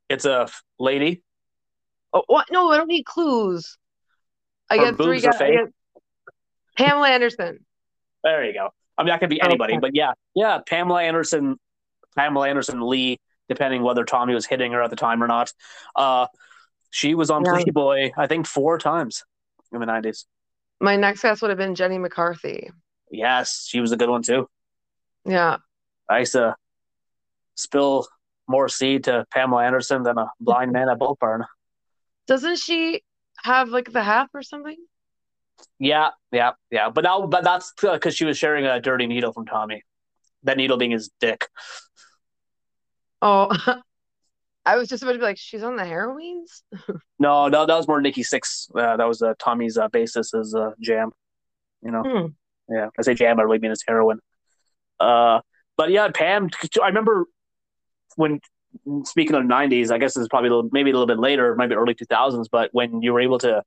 [SPEAKER 2] it's a f- lady.
[SPEAKER 1] Oh, what? No, I don't need clues. I
[SPEAKER 2] Her
[SPEAKER 1] get three
[SPEAKER 2] boobs are
[SPEAKER 1] guys. I
[SPEAKER 2] fake?
[SPEAKER 1] get Pamela Anderson.
[SPEAKER 2] There you go. I mean, that could be anybody,
[SPEAKER 1] Okay.
[SPEAKER 2] but yeah, yeah, Pamela Anderson, Pamela Anderson Lee, depending whether Tommy was hitting her at the time or not. Uh, she was on
[SPEAKER 1] Yeah.
[SPEAKER 2] Playboy, I think, four times in the nineties.
[SPEAKER 1] My next guess would have been Jenny McCarthy.
[SPEAKER 2] Yes, she was a good one too.
[SPEAKER 1] Yeah.
[SPEAKER 2] I used to spill more seed to Pamela Anderson than a blind man at Bull Barn.
[SPEAKER 1] Doesn't she have like the hap or something?
[SPEAKER 2] Yeah, yeah, yeah. But now, but that's because she was sharing a dirty needle from Tommy. That needle being his dick.
[SPEAKER 1] Oh, *laughs* I was just about to be like, she's on the heroines?
[SPEAKER 2] No, no, that was more Nikki Six. Uh, that was uh, Tommy's uh, bassist's uh, jam. You know,
[SPEAKER 1] Hmm.
[SPEAKER 2] yeah. I say jam, I really mean it's heroin. Uh, but yeah, Pam. I remember when speaking of '90s. I guess it's probably a little, maybe a little bit later, maybe early 2000s. But when you were able to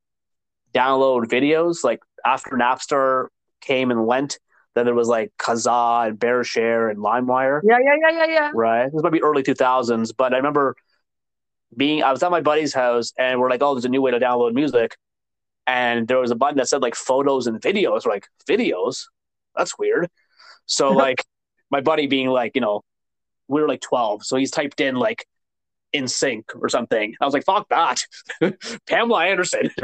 [SPEAKER 2] download videos, like after Napster came and went, then there was like Kazaa and BearShare and LimeWire.
[SPEAKER 1] Yeah, yeah, yeah, yeah, yeah.
[SPEAKER 2] Right. This might be early 2000s, but I remember being, I was at my buddy's house and we're like, oh, there's a new way to download music. And there was a button that said like photos and videos. We're like, videos? That's weird.
[SPEAKER 1] *laughs*
[SPEAKER 2] So, like, my buddy being like, you know, we were like 12. So he's typed in like in sync or something. I was like, fuck that. *laughs* Pamela Anderson. *laughs*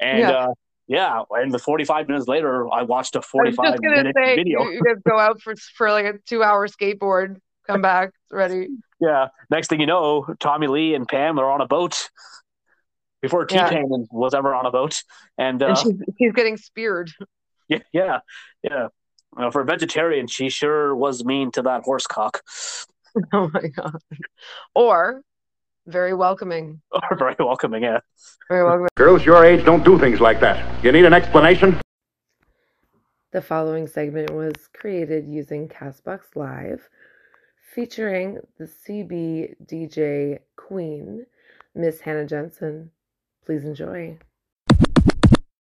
[SPEAKER 2] and
[SPEAKER 1] Yeah.
[SPEAKER 2] uh, yeah, and the 45 minutes later, I watched a
[SPEAKER 1] I was
[SPEAKER 2] 45
[SPEAKER 1] just gonna
[SPEAKER 2] minute
[SPEAKER 1] say,
[SPEAKER 2] video.
[SPEAKER 1] you, you guys go out for for like a two hour skateboard, come back, it's ready.
[SPEAKER 2] Yeah. Next thing you know, Tommy Lee and Pam are on a boat before T
[SPEAKER 1] Yeah.
[SPEAKER 2] Pain was ever on a boat. And, uh,
[SPEAKER 1] *laughs* And she's she's getting speared.
[SPEAKER 2] *laughs* yeah, yeah, yeah. Uh, for a vegetarian, she sure was mean to that horse cock.
[SPEAKER 1] *laughs*
[SPEAKER 2] *laughs*
[SPEAKER 1] Oh my God. Or very welcoming.
[SPEAKER 2] Very welcoming, yeah.
[SPEAKER 1] Very welcoming.
[SPEAKER 3] Girls your age don't do things like that. You need an explanation?
[SPEAKER 1] The following segment was created using Castbox Live, featuring the CB DJ Queen, Miss Hannah Jensen. Please enjoy.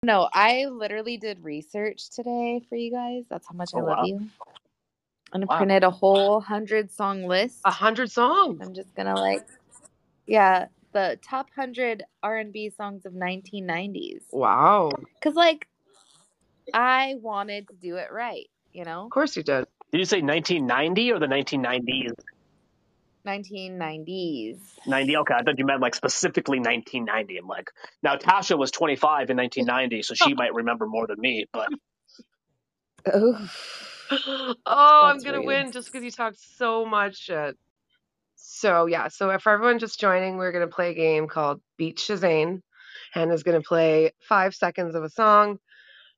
[SPEAKER 4] No, I literally did research today for you guys. That's how much
[SPEAKER 2] Oh,
[SPEAKER 4] I love
[SPEAKER 2] wow.
[SPEAKER 4] you. I'm gonna
[SPEAKER 2] Wow.
[SPEAKER 4] print out a whole hundred song list.
[SPEAKER 1] A hundred songs.
[SPEAKER 4] I'm just gonna like, yeah, the top hundred R and B songs of 1990s.
[SPEAKER 1] Wow. Of
[SPEAKER 4] Cause like, I wanted to do it right, you know,
[SPEAKER 1] course you did.
[SPEAKER 2] Did you say 1990 or the 1990s?
[SPEAKER 4] 1990s.
[SPEAKER 2] 90. Okay, I thought you meant like specifically 1990. I'm like, now Tasha was 25 in 1990, so she might remember more than me. *laughs* But
[SPEAKER 4] Oh,
[SPEAKER 1] *gasps* Oh, I'm
[SPEAKER 4] That's
[SPEAKER 1] gonna
[SPEAKER 4] rude.
[SPEAKER 1] win just because you talked so much shit. So yeah, so for everyone just joining, we're gonna play a game called Beat Shazane. Hannah's gonna play five seconds of a song,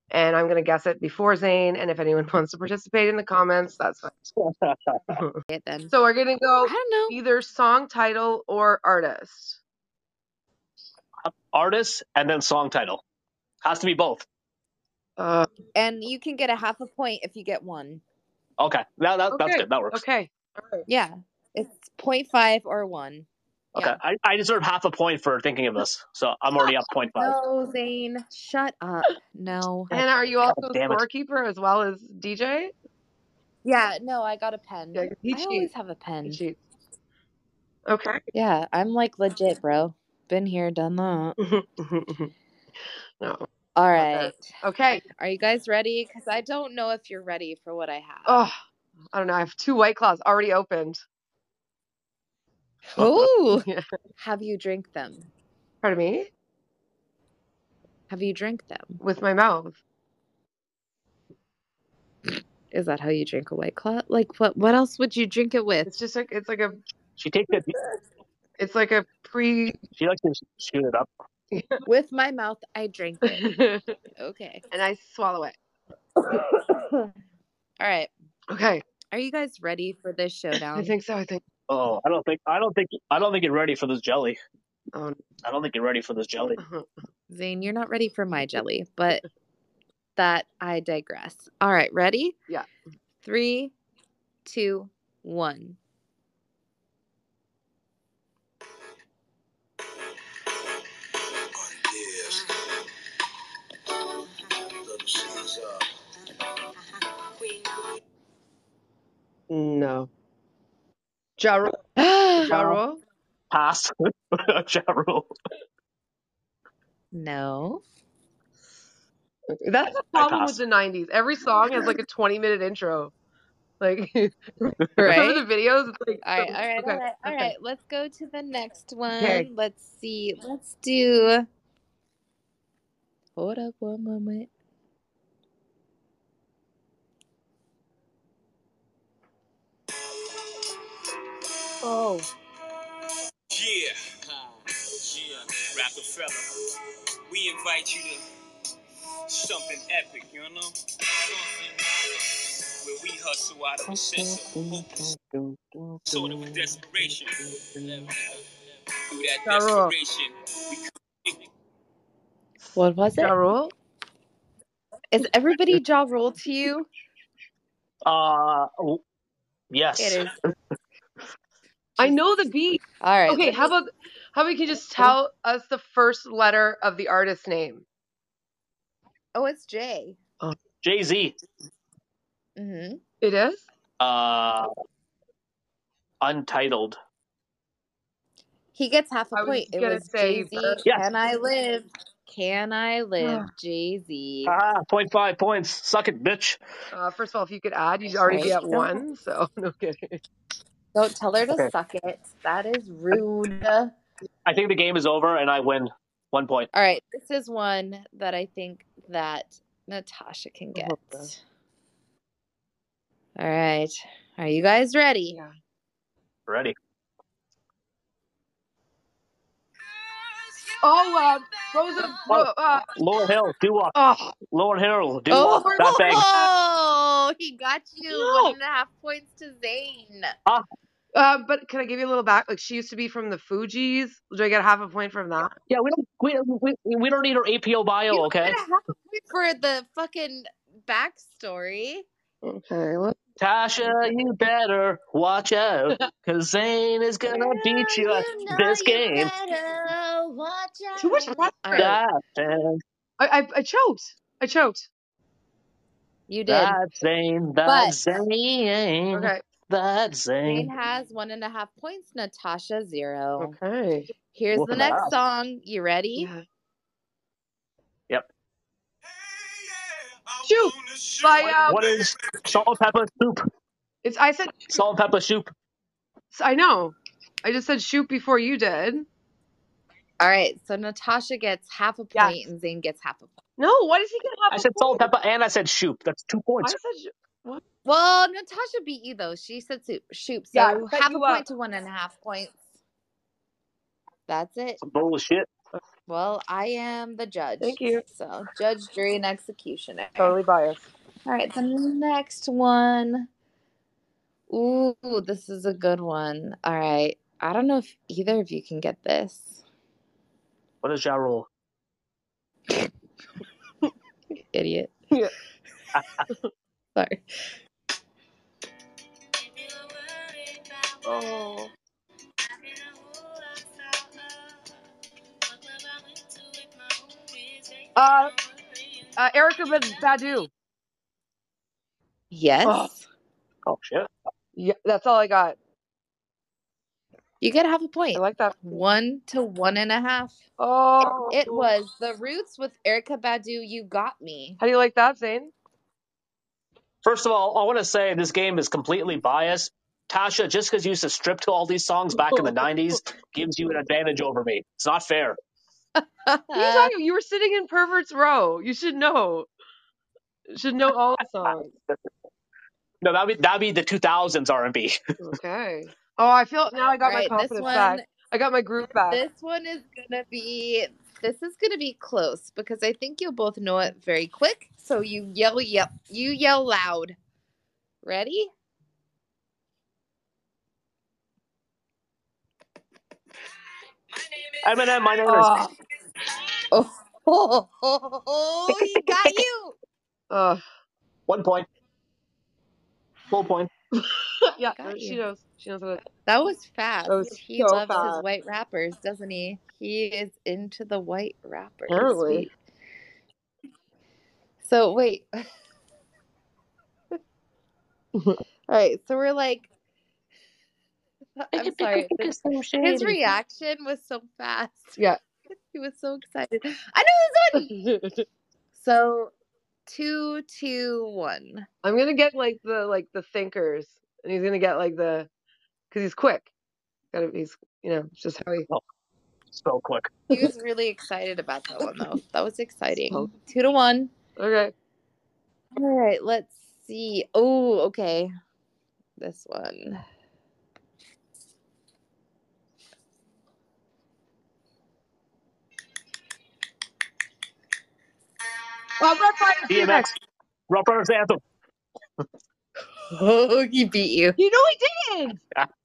[SPEAKER 1] and I'm gonna guess it before Zane. And if anyone *laughs* wants to participate in the comments, that's fine.
[SPEAKER 4] it then.
[SPEAKER 1] So we're gonna go
[SPEAKER 4] I don't know.
[SPEAKER 1] either song title or artist.
[SPEAKER 2] artist and then song title has to be both.
[SPEAKER 1] Uh,
[SPEAKER 4] And you can get a half a point if you get one.
[SPEAKER 2] Okay, that, that that's
[SPEAKER 1] Okay.
[SPEAKER 2] good. That works.
[SPEAKER 1] okay. All right.
[SPEAKER 4] Yeah, it's 0.5 or one.
[SPEAKER 2] Okay,
[SPEAKER 4] Yeah.
[SPEAKER 2] I, I deserve half a point for thinking of this, so I'm already up point five.
[SPEAKER 4] No, Zane, shut up. No.
[SPEAKER 1] And are you also a
[SPEAKER 2] damn it.
[SPEAKER 1] scorekeeper as well as DJ?
[SPEAKER 4] Yeah, no, I got a pen.
[SPEAKER 1] Yeah, he
[SPEAKER 4] I always
[SPEAKER 1] cheats.
[SPEAKER 4] have a pen.
[SPEAKER 1] Cheats. Okay.
[SPEAKER 4] Yeah, I'm like legit, bro. Been here,
[SPEAKER 1] *laughs*
[SPEAKER 4] done that.
[SPEAKER 1] Mm-hmm, no.
[SPEAKER 4] *laughs* All
[SPEAKER 1] that.
[SPEAKER 4] right.
[SPEAKER 1] Okay.
[SPEAKER 4] Are you guys ready? Because I don't know if you're ready for what I have.
[SPEAKER 1] Oh, I don't know. I have two white claws already opened.
[SPEAKER 4] Ooh.
[SPEAKER 1] Oh. *laughs* Yeah.
[SPEAKER 4] Have you drink them?
[SPEAKER 1] Pardon me?
[SPEAKER 4] Have you drink them?
[SPEAKER 1] With my mouth.
[SPEAKER 4] Is that how you drink a white claw? Like what? What else would you drink it
[SPEAKER 1] *laughs*
[SPEAKER 4] with?
[SPEAKER 1] It's just like it's like a
[SPEAKER 2] She takes it.
[SPEAKER 1] it's like a pre *laughs*
[SPEAKER 2] She likes to shoot it up.
[SPEAKER 4] With my mouth, I drink
[SPEAKER 1] *laughs*
[SPEAKER 4] it.
[SPEAKER 1] and
[SPEAKER 4] Okay.
[SPEAKER 1] I swallow it.
[SPEAKER 4] All right.
[SPEAKER 1] Okay.
[SPEAKER 4] Are you guys ready for this
[SPEAKER 1] I
[SPEAKER 4] showdown?
[SPEAKER 1] think so. I think
[SPEAKER 2] Oh, I don't think I don't think I don't think you're ready for this jelly.
[SPEAKER 1] oh no.
[SPEAKER 2] I don't think you're ready for this jelly.
[SPEAKER 1] uh-huh.
[SPEAKER 4] Zane, you're not ready
[SPEAKER 1] *laughs*
[SPEAKER 4] for my jelly, but that I digress. All right, ready?
[SPEAKER 1] Yeah.
[SPEAKER 4] Three, two,
[SPEAKER 1] *gasps*
[SPEAKER 4] one.
[SPEAKER 1] No. Ja Rule. Ja
[SPEAKER 4] no.
[SPEAKER 1] Rule?
[SPEAKER 2] Pass. *laughs* Ja Rule.
[SPEAKER 1] *laughs* That's the problem with
[SPEAKER 2] pass.
[SPEAKER 1] the nineties. Every song has like a twenty minute intro. Like
[SPEAKER 4] *laughs*
[SPEAKER 1] *laughs*
[SPEAKER 4] Right?
[SPEAKER 1] some of the videos it's like
[SPEAKER 4] All right, all right, all
[SPEAKER 1] okay,
[SPEAKER 4] right, all
[SPEAKER 1] okay.
[SPEAKER 4] right. Let's go to the next one.
[SPEAKER 1] Okay.
[SPEAKER 4] Let's see. Let's do. Hold up one moment. Oh,
[SPEAKER 5] Yeah. Yeah. Rockefeller. We invite you to something epic, you know? Where we hustle out of a sense of hopeless, sort of desperation. Through that
[SPEAKER 1] Ja Rule.
[SPEAKER 5] desperation, we
[SPEAKER 4] what was it?
[SPEAKER 1] Ja Rule?
[SPEAKER 4] Is everybody jaw roll to you?
[SPEAKER 2] Uh, w- yes.
[SPEAKER 4] It is.
[SPEAKER 1] I know the beat.
[SPEAKER 4] All right.
[SPEAKER 1] Okay, how about how about you just tell us the first letter of the artist name?
[SPEAKER 4] Oh, it's Jay.
[SPEAKER 2] Jay Z.
[SPEAKER 4] Mm-hmm.
[SPEAKER 1] It is?
[SPEAKER 2] Uh, untitled.
[SPEAKER 4] He gets half a
[SPEAKER 1] I was
[SPEAKER 4] point. It
[SPEAKER 1] gonna
[SPEAKER 4] was
[SPEAKER 1] say
[SPEAKER 4] Jay Z.
[SPEAKER 1] Bird.
[SPEAKER 2] Yes.
[SPEAKER 4] Can I live? Can I
[SPEAKER 1] *sighs*
[SPEAKER 4] live? Jay Z.
[SPEAKER 2] Ah, point five points. Suck it, bitch.
[SPEAKER 1] Uh, first of all, if you could add, you'd already be
[SPEAKER 4] Right.
[SPEAKER 1] at one. So *laughs* no kidding.
[SPEAKER 4] Don't tell her to
[SPEAKER 2] Okay.
[SPEAKER 4] suck it. That
[SPEAKER 1] *laughs*
[SPEAKER 4] is rude. All
[SPEAKER 2] I think the game is over, and I win one point.
[SPEAKER 4] right. This is one that I think that Natasha can get.
[SPEAKER 1] Oh,
[SPEAKER 4] All right. Are you guys ready?
[SPEAKER 1] Yeah.
[SPEAKER 2] Ready?
[SPEAKER 1] Oh, uh, Rosa. Ro- uh,
[SPEAKER 2] Lauren Hill, do up.
[SPEAKER 1] oh,
[SPEAKER 2] Lauren Hill, do
[SPEAKER 4] Oh,
[SPEAKER 2] up. That thing.
[SPEAKER 4] oh, *laughs* he got you
[SPEAKER 1] Yeah.
[SPEAKER 4] one and a half points to Zane.
[SPEAKER 1] uh, but can I give you a little back? Like she used to be from the Fugees. Do I get half a point from that?
[SPEAKER 2] Yeah, we don't we, we, we don't need her APO bio,
[SPEAKER 4] You
[SPEAKER 2] okay?
[SPEAKER 4] gotta have a point for the fucking backstory.
[SPEAKER 1] Okay. Let-
[SPEAKER 2] Tasha, you better watch out, cause Zane is gonna beat you at this game.
[SPEAKER 1] Too much pressure.
[SPEAKER 4] All right.
[SPEAKER 2] That
[SPEAKER 1] I, I I choked. I choked.
[SPEAKER 4] You did.
[SPEAKER 2] that Zane,
[SPEAKER 4] But-
[SPEAKER 2] that Zane,
[SPEAKER 1] Okay.
[SPEAKER 2] that
[SPEAKER 4] Zane
[SPEAKER 2] Zane.
[SPEAKER 4] has one and a half points. Natasha zero.
[SPEAKER 1] Okay.
[SPEAKER 4] Here's the
[SPEAKER 2] Whooping
[SPEAKER 4] next
[SPEAKER 2] ass.
[SPEAKER 4] song. You ready?
[SPEAKER 1] Yeah. Shoot.
[SPEAKER 5] Shoot!
[SPEAKER 1] By, uh,
[SPEAKER 2] What is salt and pepper soup?
[SPEAKER 1] It's I said
[SPEAKER 2] Salt and pepper soup.
[SPEAKER 1] I know. I just said shoot before you did.
[SPEAKER 4] All right. So Natasha gets half a point
[SPEAKER 1] Yes.
[SPEAKER 4] and Zane gets half a point.
[SPEAKER 1] No. Why does he get half
[SPEAKER 2] I
[SPEAKER 1] a
[SPEAKER 2] said
[SPEAKER 1] point?
[SPEAKER 2] salt and pepper, and I said soup. That's two
[SPEAKER 1] I
[SPEAKER 2] points.
[SPEAKER 1] said sh-
[SPEAKER 4] Well, Natasha beat you though. She said soup. Shoop. So
[SPEAKER 1] Yeah, I set
[SPEAKER 4] half a
[SPEAKER 1] you uh,
[SPEAKER 4] point
[SPEAKER 1] up.
[SPEAKER 4] to one and a half points. That's it.
[SPEAKER 2] Bullshit.
[SPEAKER 4] Well, I am the judge.
[SPEAKER 1] Thank you.
[SPEAKER 4] So judge, jury, and executioner.
[SPEAKER 1] totally biased.
[SPEAKER 4] All right, the next one. Ooh, this is a good one. All right. I don't know if either of you can get this.
[SPEAKER 2] What is Ja Rule?
[SPEAKER 4] Idiot.
[SPEAKER 1] *laughs* Yeah.
[SPEAKER 4] *laughs* Sorry.
[SPEAKER 1] Oh. Uh, uh, Erica Bad- Badu.
[SPEAKER 4] Yes.
[SPEAKER 2] Oh. Oh shit!
[SPEAKER 1] Yeah, that's all I got.
[SPEAKER 4] You could have a point.
[SPEAKER 1] I like that.
[SPEAKER 4] One to one and a half.
[SPEAKER 1] Oh,
[SPEAKER 4] It was The Roots with Erica Badu. You got me.
[SPEAKER 1] How do you like that, Zane?
[SPEAKER 2] First of all, I want to say this game is completely biased. Tasha, just because you used to strip to all these songs back
[SPEAKER 4] *laughs*
[SPEAKER 2] in the '90s, gives you an advantage over me. It's not fair.
[SPEAKER 1] What
[SPEAKER 4] Uh,
[SPEAKER 1] are you talking? You were sitting in Pervert's Row. You should know. Should know all the songs.
[SPEAKER 2] No, that'd be that'd be the 2000s
[SPEAKER 4] *laughs*
[SPEAKER 2] R&B.
[SPEAKER 1] Okay. Oh, I feel now. I got
[SPEAKER 4] All right,
[SPEAKER 1] my
[SPEAKER 4] this
[SPEAKER 1] confidence
[SPEAKER 4] one,
[SPEAKER 1] back. I got my groove back.
[SPEAKER 4] this one is gonna be, this is gonna be close because I think you'll both know it very quick. So you yell, yell, you yell loud. Ready?
[SPEAKER 2] Eminem, my name is.
[SPEAKER 4] Ah.
[SPEAKER 1] Oh,
[SPEAKER 4] Oh, he Oh, got you.
[SPEAKER 1] uh,
[SPEAKER 4] *laughs*
[SPEAKER 2] One point, full point.
[SPEAKER 4] He
[SPEAKER 1] yeah. no,
[SPEAKER 4] got
[SPEAKER 1] she
[SPEAKER 4] you.
[SPEAKER 1] knows. She knows what. It,
[SPEAKER 4] That was
[SPEAKER 1] that was
[SPEAKER 4] fast. He
[SPEAKER 1] so
[SPEAKER 4] loves his
[SPEAKER 1] fast.
[SPEAKER 4] white rappers, doesn't he? He is into the white rappers.
[SPEAKER 1] Apparently.
[SPEAKER 4] We so wait. *laughs* All right, so
[SPEAKER 1] *laughs*
[SPEAKER 4] we're like, I'm sorry. This, his reaction was so fast. *laughs*
[SPEAKER 1] yeah.
[SPEAKER 4] He was so excited. I know this one.
[SPEAKER 1] *laughs* I'm
[SPEAKER 4] So two, two, one.
[SPEAKER 1] gonna get like the like the thinkers, and he's gonna get like the because he's quick. Got to he's you know it's just how he.
[SPEAKER 2] So quick.
[SPEAKER 4] He was really excited about that one though. That
[SPEAKER 1] *laughs*
[SPEAKER 4] was
[SPEAKER 1] So-
[SPEAKER 4] exciting. Two to one.
[SPEAKER 1] Okay.
[SPEAKER 4] All right, let's see. Oh, okay. This one. *laughs*
[SPEAKER 1] Well, Red Fire Two
[SPEAKER 2] DMX,
[SPEAKER 1] next.
[SPEAKER 2] Rough Riders Anthem.
[SPEAKER 4] Oh, he beat you.
[SPEAKER 1] You know I didn't.
[SPEAKER 2] Yeah. *laughs*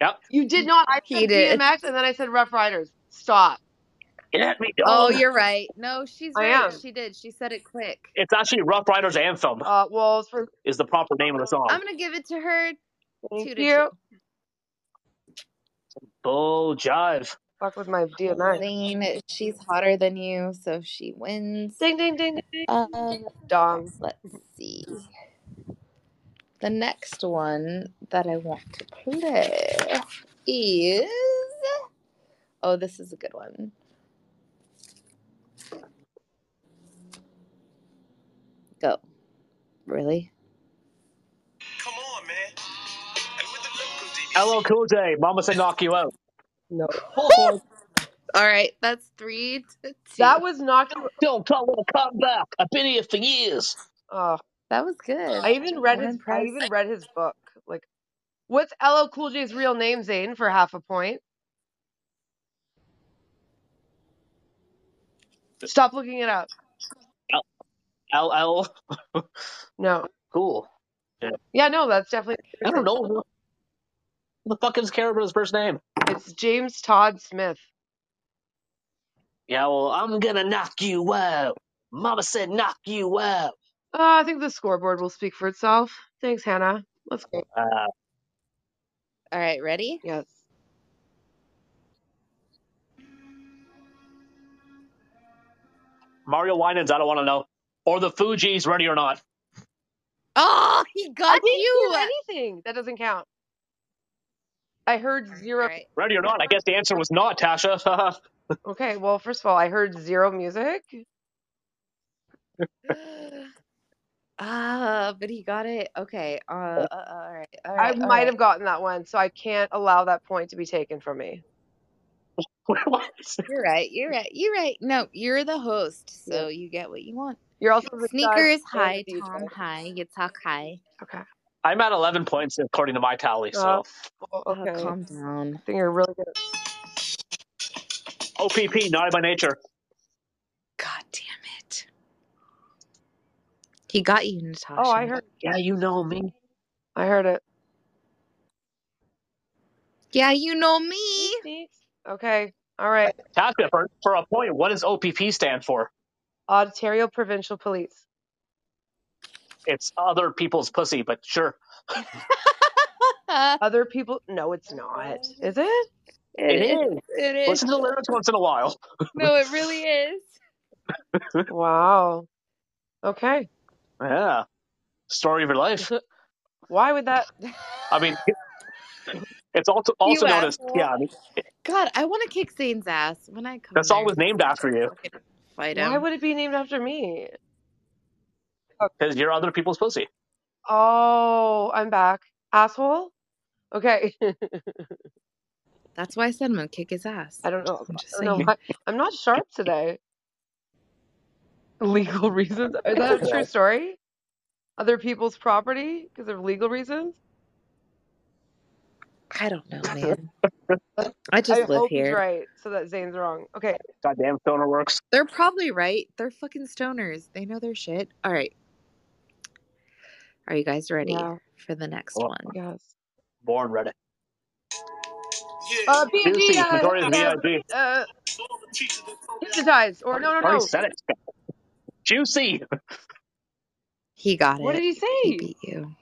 [SPEAKER 2] Yep.
[SPEAKER 1] You did not. I
[SPEAKER 4] He
[SPEAKER 1] said
[SPEAKER 4] did.
[SPEAKER 1] DMX, and then I said Rough Riders. Stop.
[SPEAKER 2] It had me
[SPEAKER 4] Oh,
[SPEAKER 2] done.
[SPEAKER 4] you're right. No, she's
[SPEAKER 1] I
[SPEAKER 4] right.
[SPEAKER 1] am.
[SPEAKER 4] She did. She said it quick.
[SPEAKER 2] It's actually Rough Riders Anthem
[SPEAKER 1] Uh, well, it's for
[SPEAKER 2] is the proper name of the song.
[SPEAKER 4] I'm gonna give it to her.
[SPEAKER 1] thank
[SPEAKER 4] Two to two.
[SPEAKER 1] you.
[SPEAKER 2] Bull jive.
[SPEAKER 1] Fuck with my DMX.
[SPEAKER 4] Zane, she's hotter than you, so she wins.
[SPEAKER 1] Ding ding ding ding.
[SPEAKER 4] Um,
[SPEAKER 1] Dong.
[SPEAKER 4] let's see. The next one that I want to play is oh, this is a good one. Go. Really?
[SPEAKER 5] Come on, man. And with the lyrical
[SPEAKER 2] LL
[SPEAKER 5] DVC.
[SPEAKER 2] Cool J. Mama said knock you out.
[SPEAKER 4] *laughs*
[SPEAKER 1] No.
[SPEAKER 2] Full point.
[SPEAKER 4] All right, that's three to
[SPEAKER 1] *laughs* That
[SPEAKER 4] two.
[SPEAKER 1] was knocked. you-
[SPEAKER 2] Don't call it a comeback. I've been here for years.
[SPEAKER 1] Oh,
[SPEAKER 4] That was good.
[SPEAKER 1] I even read
[SPEAKER 4] I'm
[SPEAKER 1] his. I
[SPEAKER 4] impressed.
[SPEAKER 1] even read his book. Like, what's LL Cool J's real name, Zane? For half a point. Stop looking it up.
[SPEAKER 2] LL
[SPEAKER 1] No.
[SPEAKER 2] Cool. Yeah.
[SPEAKER 1] Yeah, no, that's definitely.
[SPEAKER 2] I don't know who the fuck is care about his first name.
[SPEAKER 1] It's James Todd Smith.
[SPEAKER 2] Yeah, well, I'm gonna knock you out. Mama said knock you out.
[SPEAKER 1] Uh, I think the scoreboard will speak for itself. Thanks, Hannah. Let's go.
[SPEAKER 2] Uh,
[SPEAKER 4] All right, ready?
[SPEAKER 1] Yes.
[SPEAKER 2] Mario Winans, I don't want to know. Or the Fuji's, ready or not.
[SPEAKER 4] Oh, he
[SPEAKER 1] I
[SPEAKER 4] got you.
[SPEAKER 1] didn't hear anything. That doesn't count. I heard
[SPEAKER 4] All
[SPEAKER 1] zero.
[SPEAKER 4] right.
[SPEAKER 2] Ready or not, I guess the answer was not, Tasha. *laughs*
[SPEAKER 1] Okay, well, first of all, I heard zero music.
[SPEAKER 4] *gasps* Ah, but he got it. Okay. Uh, uh, uh, all right. All
[SPEAKER 1] I
[SPEAKER 4] right. All
[SPEAKER 1] might
[SPEAKER 4] right.
[SPEAKER 1] have gotten that one, so I can't allow that point to be taken from me.
[SPEAKER 2] What?
[SPEAKER 4] You're right. You're right. You're right. No, you're the host,
[SPEAKER 1] Yeah. Oh
[SPEAKER 4] so you get what you want.
[SPEAKER 1] You're also the judge
[SPEAKER 4] Sneakers
[SPEAKER 1] and the
[SPEAKER 4] high,
[SPEAKER 1] DJ.
[SPEAKER 4] Tom high, you talk high.
[SPEAKER 1] Okay.
[SPEAKER 2] I'm at 11 points according to my tally,
[SPEAKER 1] Uh,
[SPEAKER 2] so.
[SPEAKER 1] well,
[SPEAKER 4] Oh,
[SPEAKER 1] okay. I
[SPEAKER 4] calm down.
[SPEAKER 1] think you're really good.
[SPEAKER 2] OPP, naughty by nature.
[SPEAKER 4] God damn it. He got you,
[SPEAKER 1] Oh, I
[SPEAKER 4] Natasha.
[SPEAKER 1] heard.
[SPEAKER 2] Yeah, you know me.
[SPEAKER 1] I heard it.
[SPEAKER 4] Yeah, you know me.
[SPEAKER 1] Sneak, sneak. Okay. All right.
[SPEAKER 2] Tasha, for, for a point, what does OPP stand for?
[SPEAKER 1] Ontario Provincial Police.
[SPEAKER 2] It's other people's pussy, but sure.
[SPEAKER 4] *laughs* it
[SPEAKER 1] Other people? No, it's not. Is it? *laughs*
[SPEAKER 2] It
[SPEAKER 4] is.
[SPEAKER 2] is.
[SPEAKER 4] It is. *laughs*
[SPEAKER 2] Listen to the lyrics once in a while.
[SPEAKER 4] No, it really is.
[SPEAKER 1] Wow. Okay.
[SPEAKER 2] Yeah. Story of your life.
[SPEAKER 1] Why would
[SPEAKER 4] *laughs*
[SPEAKER 1] that?
[SPEAKER 2] I mean, it's also also
[SPEAKER 4] You
[SPEAKER 2] known as
[SPEAKER 4] asshole.
[SPEAKER 2] yeah. I mean,
[SPEAKER 4] God, I want to kick Zane's ass when I come.
[SPEAKER 2] that's
[SPEAKER 4] there.
[SPEAKER 2] always named after you
[SPEAKER 4] Fucking Fight him.
[SPEAKER 1] Why would it be named after me?
[SPEAKER 2] because you're other people's pussy.
[SPEAKER 1] Oh, I'm back. Asshole? Okay. *laughs*
[SPEAKER 4] That's why I said I'm gonna kick his ass.
[SPEAKER 1] I don't
[SPEAKER 4] *laughs*
[SPEAKER 1] know.
[SPEAKER 4] I'm just
[SPEAKER 1] I don't know
[SPEAKER 4] saying.
[SPEAKER 1] why. I'm not sharp today. *laughs* Legal reasons? Is that a
[SPEAKER 4] *laughs*
[SPEAKER 1] true story? Other people's property because of legal reasons?
[SPEAKER 4] I don't
[SPEAKER 1] *laughs*
[SPEAKER 4] know, man. I just
[SPEAKER 1] I
[SPEAKER 4] live
[SPEAKER 1] hope he's
[SPEAKER 4] here.
[SPEAKER 1] right so that Zane's wrong. Okay.
[SPEAKER 2] Goddamn stoner works.
[SPEAKER 4] They're probably right. They're fucking stoners. They know their shit. All right. Are you guys ready
[SPEAKER 1] Yeah.
[SPEAKER 4] for the next
[SPEAKER 2] Well-
[SPEAKER 4] one?
[SPEAKER 1] Yes.
[SPEAKER 2] Born ready.
[SPEAKER 5] Yeah.
[SPEAKER 1] Uh, B.I.G.
[SPEAKER 2] Juicy,
[SPEAKER 1] Uh,
[SPEAKER 2] notorious
[SPEAKER 1] uh,
[SPEAKER 2] B.I.G.
[SPEAKER 1] uh,
[SPEAKER 5] All the teachers that told me I
[SPEAKER 1] hypnotize. Or no, no,
[SPEAKER 2] Already
[SPEAKER 1] no.
[SPEAKER 2] said it. Juicy.
[SPEAKER 4] He got
[SPEAKER 1] What
[SPEAKER 4] it.
[SPEAKER 1] did he
[SPEAKER 4] He
[SPEAKER 1] say?
[SPEAKER 4] beat you.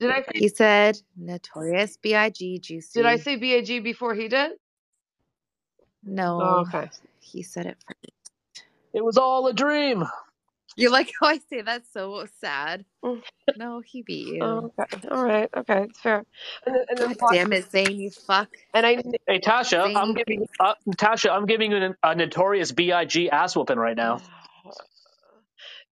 [SPEAKER 1] Did I say,
[SPEAKER 4] He said notorious B.I.G. Juicy.
[SPEAKER 1] did I say B.A.G. before he did?
[SPEAKER 4] no?
[SPEAKER 1] Oh, okay.
[SPEAKER 4] He said it first.
[SPEAKER 2] It was all a dream.
[SPEAKER 4] You like how I say that's so sad?
[SPEAKER 1] Mm.
[SPEAKER 4] No, he beat you.
[SPEAKER 1] Oh, okay. All right. Okay. It's fair. And the, and the
[SPEAKER 4] God
[SPEAKER 1] plot,
[SPEAKER 4] damn it, Zane, you fuck.
[SPEAKER 1] and I
[SPEAKER 2] Hey Tasha, I'm
[SPEAKER 4] Zane.
[SPEAKER 2] giving uh, Tasha, I'm giving you an, a notorious B.I.G. ass whooping right now.
[SPEAKER 1] *sighs*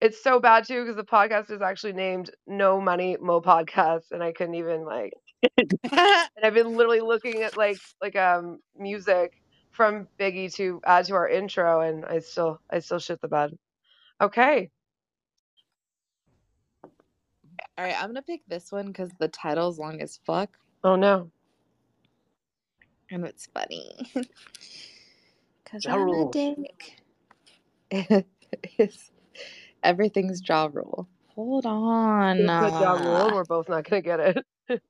[SPEAKER 1] It's so bad too because the podcast is actually named No Money Mo Podcast, and I couldn't even
[SPEAKER 4] *laughs*
[SPEAKER 1] like. And I've been literally looking at like like um music from Biggie to add to our intro, and I still I still shit the bed. Okay,
[SPEAKER 4] All right, I'm gonna pick this one because the title's long as fuck
[SPEAKER 1] oh no,
[SPEAKER 4] and it's funny. *laughs* Cause
[SPEAKER 2] Ja
[SPEAKER 4] I'm a
[SPEAKER 2] Rule.
[SPEAKER 4] dick. *laughs* It's- Everything's jaw rule. Hold on.
[SPEAKER 1] you put Ja Rule, and we're both not gonna get it.
[SPEAKER 4] *laughs*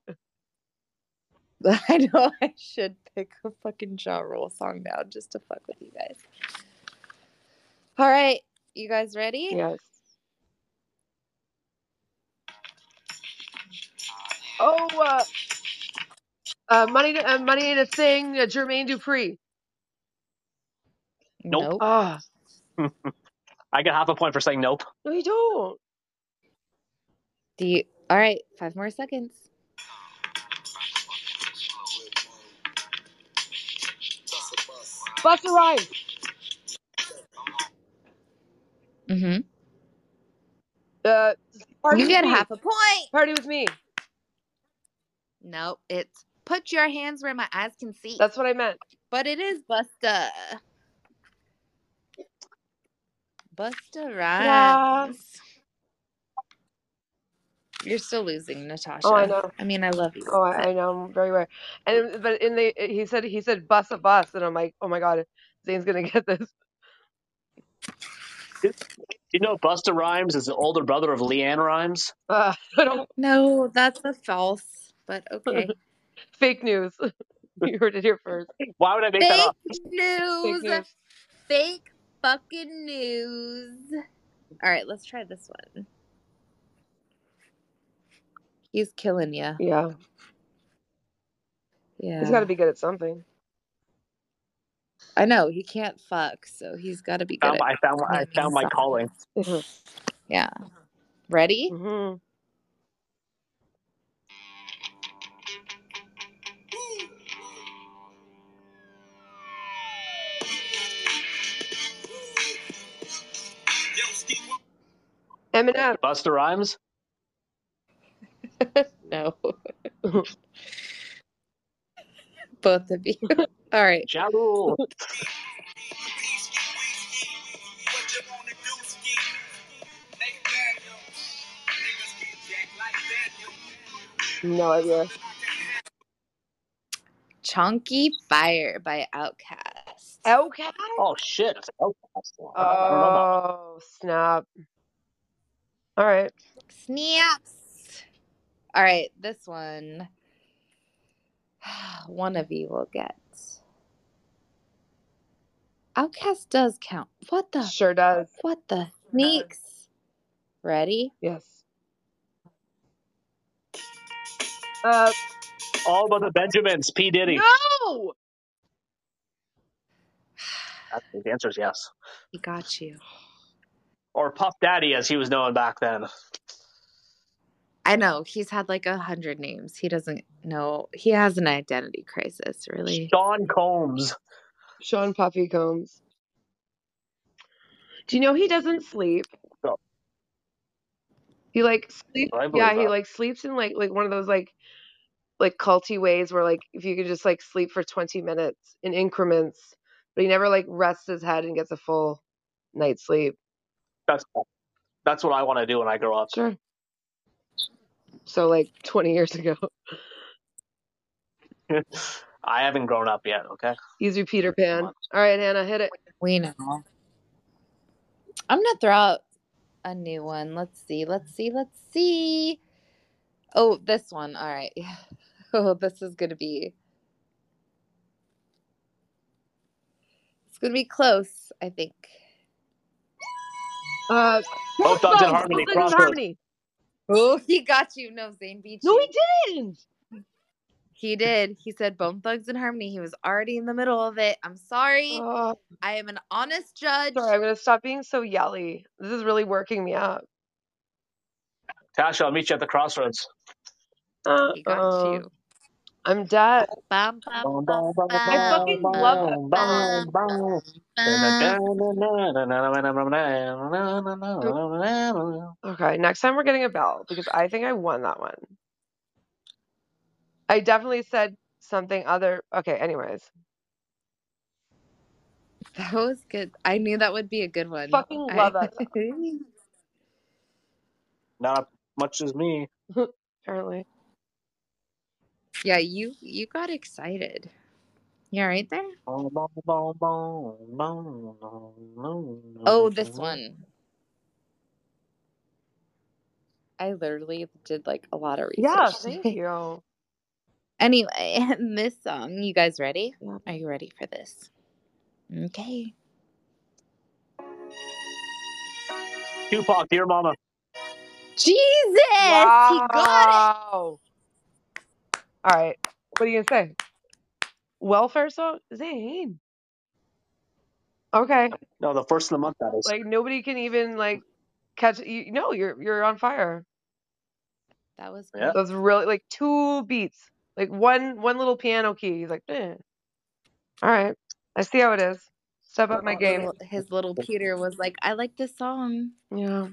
[SPEAKER 4] I know I should pick a fucking jaw rule song now just to fuck with you guys. All right, you guys ready?
[SPEAKER 1] Yes. Oh, uh, uh money, to, uh, money ain't a thing. Uh, Jermaine Dupree.
[SPEAKER 2] Nope.
[SPEAKER 1] Ah,
[SPEAKER 2] I get half a point for saying nope.
[SPEAKER 1] no, you don't.
[SPEAKER 4] Do you? All right, five more seconds.
[SPEAKER 1] Busta Rhymes.
[SPEAKER 4] hmm
[SPEAKER 1] Mm-hmm. Uh, party
[SPEAKER 4] You
[SPEAKER 1] with
[SPEAKER 4] get
[SPEAKER 1] me.
[SPEAKER 4] half a point.
[SPEAKER 1] Party with me.
[SPEAKER 4] No, it's put your hands where my eyes can see.
[SPEAKER 1] That's what I meant.
[SPEAKER 4] But it is Busta. Busta
[SPEAKER 1] Yeah.
[SPEAKER 4] Rhymes. You're still losing, Natasha.
[SPEAKER 1] Oh, I know.
[SPEAKER 4] I mean, I love you.
[SPEAKER 1] Oh, I,
[SPEAKER 4] but-
[SPEAKER 1] I know. I'm very aware. And but in the he said he said bus a bus, and I'm like, oh my god, Zane's gonna get *laughs* this.
[SPEAKER 2] You know, Busta Rhymes is the older brother of Leanne Rhymes.
[SPEAKER 1] Uh, I don't
[SPEAKER 4] No, that's a false, but
[SPEAKER 1] *laughs*
[SPEAKER 4] okay.
[SPEAKER 1] fake news. *laughs* you heard it here first.
[SPEAKER 2] Why would I make that
[SPEAKER 4] Fake
[SPEAKER 2] up?
[SPEAKER 1] Fake
[SPEAKER 4] news.
[SPEAKER 1] news.
[SPEAKER 4] Fake fucking news. All right, let's try this one. He's killing you.
[SPEAKER 1] Yeah, he's got to
[SPEAKER 4] Yeah.
[SPEAKER 1] be good at something.
[SPEAKER 4] I know. He can't fuck, so he's got to be
[SPEAKER 1] Oh
[SPEAKER 4] good
[SPEAKER 2] Found my- Um,
[SPEAKER 4] at
[SPEAKER 2] I found my- I
[SPEAKER 4] naming
[SPEAKER 2] found my calling.
[SPEAKER 4] songs. Yeah. Ready?
[SPEAKER 1] hmm Eminem.
[SPEAKER 2] Busta Rhymes.
[SPEAKER 4] No. *laughs* Both of you. *laughs* All right.
[SPEAKER 2] Ja Rule.
[SPEAKER 1] No idea.
[SPEAKER 4] Chunky Fire by Outkast.
[SPEAKER 1] Okay.
[SPEAKER 2] Oh shit. It's
[SPEAKER 4] Uh,
[SPEAKER 2] Outcast. I don't know about.
[SPEAKER 1] Oh snap! All right.
[SPEAKER 4] Snaps. All right, this one. *sighs* One of you will get. Outcast does count. What the?
[SPEAKER 1] Sure does.
[SPEAKER 4] What the? Sneaks. Ready?
[SPEAKER 1] Yes. Uh,
[SPEAKER 2] *sighs* All about the Benjamins. P Diddy.
[SPEAKER 1] no.
[SPEAKER 2] The answer is yes.
[SPEAKER 4] He got you.
[SPEAKER 2] Or Puff Daddy, as he was known back then.
[SPEAKER 4] I know he's had like a hundred names. He doesn't know. He has an identity crisis, really.
[SPEAKER 2] Sean Combs.
[SPEAKER 1] Sean Puffy Combs. Do you know he doesn't sleep?
[SPEAKER 2] No.
[SPEAKER 1] He like sleeps.
[SPEAKER 2] I believe
[SPEAKER 1] Yeah, he
[SPEAKER 2] that.
[SPEAKER 1] like sleeps in like like one of those like like culty ways where like if you could just like sleep for twenty minutes in increments, but he never like rests his head and gets a full night's sleep.
[SPEAKER 2] That's that's what I want to do when I grow up.
[SPEAKER 1] Sure. So like twenty years ago,
[SPEAKER 2] *laughs*
[SPEAKER 1] *laughs*
[SPEAKER 2] I haven't grown up yet. Okay.
[SPEAKER 1] he's your Peter Pan.
[SPEAKER 2] Come
[SPEAKER 1] All
[SPEAKER 2] on.
[SPEAKER 1] right, Hannah, hit it.
[SPEAKER 4] We know. I'm gonna throw out a new one. Let's see. Let's see. Let's see. Oh, this one. All right. *laughs* Oh, this is gonna be. It's gonna be close. I think.
[SPEAKER 1] Uh,
[SPEAKER 2] Both dogs in harmony.
[SPEAKER 1] Both dogs in
[SPEAKER 2] Crossroads.
[SPEAKER 1] harmony.
[SPEAKER 4] Oh, *laughs* he got you. No, Zane beat
[SPEAKER 1] No,
[SPEAKER 4] you.
[SPEAKER 1] he didn't.
[SPEAKER 4] He did. He said Bone Thugs and Harmony. He was already in the middle of it. I'm sorry.
[SPEAKER 1] Oh,
[SPEAKER 4] I am an honest judge.
[SPEAKER 1] sorry, I'm gonna stop being so yelly. This is really working me up.
[SPEAKER 2] Tasha, I'll meet you at the crossroads.
[SPEAKER 1] Uh,
[SPEAKER 4] He got
[SPEAKER 1] uh,
[SPEAKER 4] you.
[SPEAKER 1] I'm dead.
[SPEAKER 4] Bum, bum,
[SPEAKER 2] Bum,
[SPEAKER 4] bum,
[SPEAKER 2] bum, bum,
[SPEAKER 1] I fucking
[SPEAKER 4] bum,
[SPEAKER 1] love
[SPEAKER 2] bum,
[SPEAKER 4] bum,
[SPEAKER 2] bum, bum.
[SPEAKER 4] bum.
[SPEAKER 2] That's
[SPEAKER 1] Okay, next time we're getting a bell because I think I won that one. I definitely said something other. Okay, anyways,
[SPEAKER 4] That was good. I knew that would be a good one.
[SPEAKER 1] fucking
[SPEAKER 4] I-
[SPEAKER 1] love that. song,
[SPEAKER 2] not much as me.
[SPEAKER 1] Apparently,
[SPEAKER 4] *laughs* yeah, you you got excited. You all right there? Oh,
[SPEAKER 2] Oh,
[SPEAKER 4] this one. I literally did like a lot of
[SPEAKER 1] yeah.
[SPEAKER 4] research. *laughs*
[SPEAKER 1] Thank
[SPEAKER 4] today.
[SPEAKER 1] you.
[SPEAKER 4] Anyway, *laughs* this song, you guys ready?
[SPEAKER 1] Yeah.
[SPEAKER 4] Are you ready for this? Okay.
[SPEAKER 2] Tupac, dear mama.
[SPEAKER 4] Jesus! He got it!
[SPEAKER 1] Wow. All right. What are you gonna say? Welfare song, Zane. Okay,
[SPEAKER 2] No, the first of the month, that is.
[SPEAKER 1] like nobody can even like catch. You, no, you're you're on fire.
[SPEAKER 4] That was
[SPEAKER 2] Yeah.
[SPEAKER 4] good.
[SPEAKER 1] That's really like two beats, like one one little piano key. He's like, eh. all right, I see how it is. Step up my game.
[SPEAKER 4] Little, his little Peter was like, I like this song.
[SPEAKER 1] Yeah,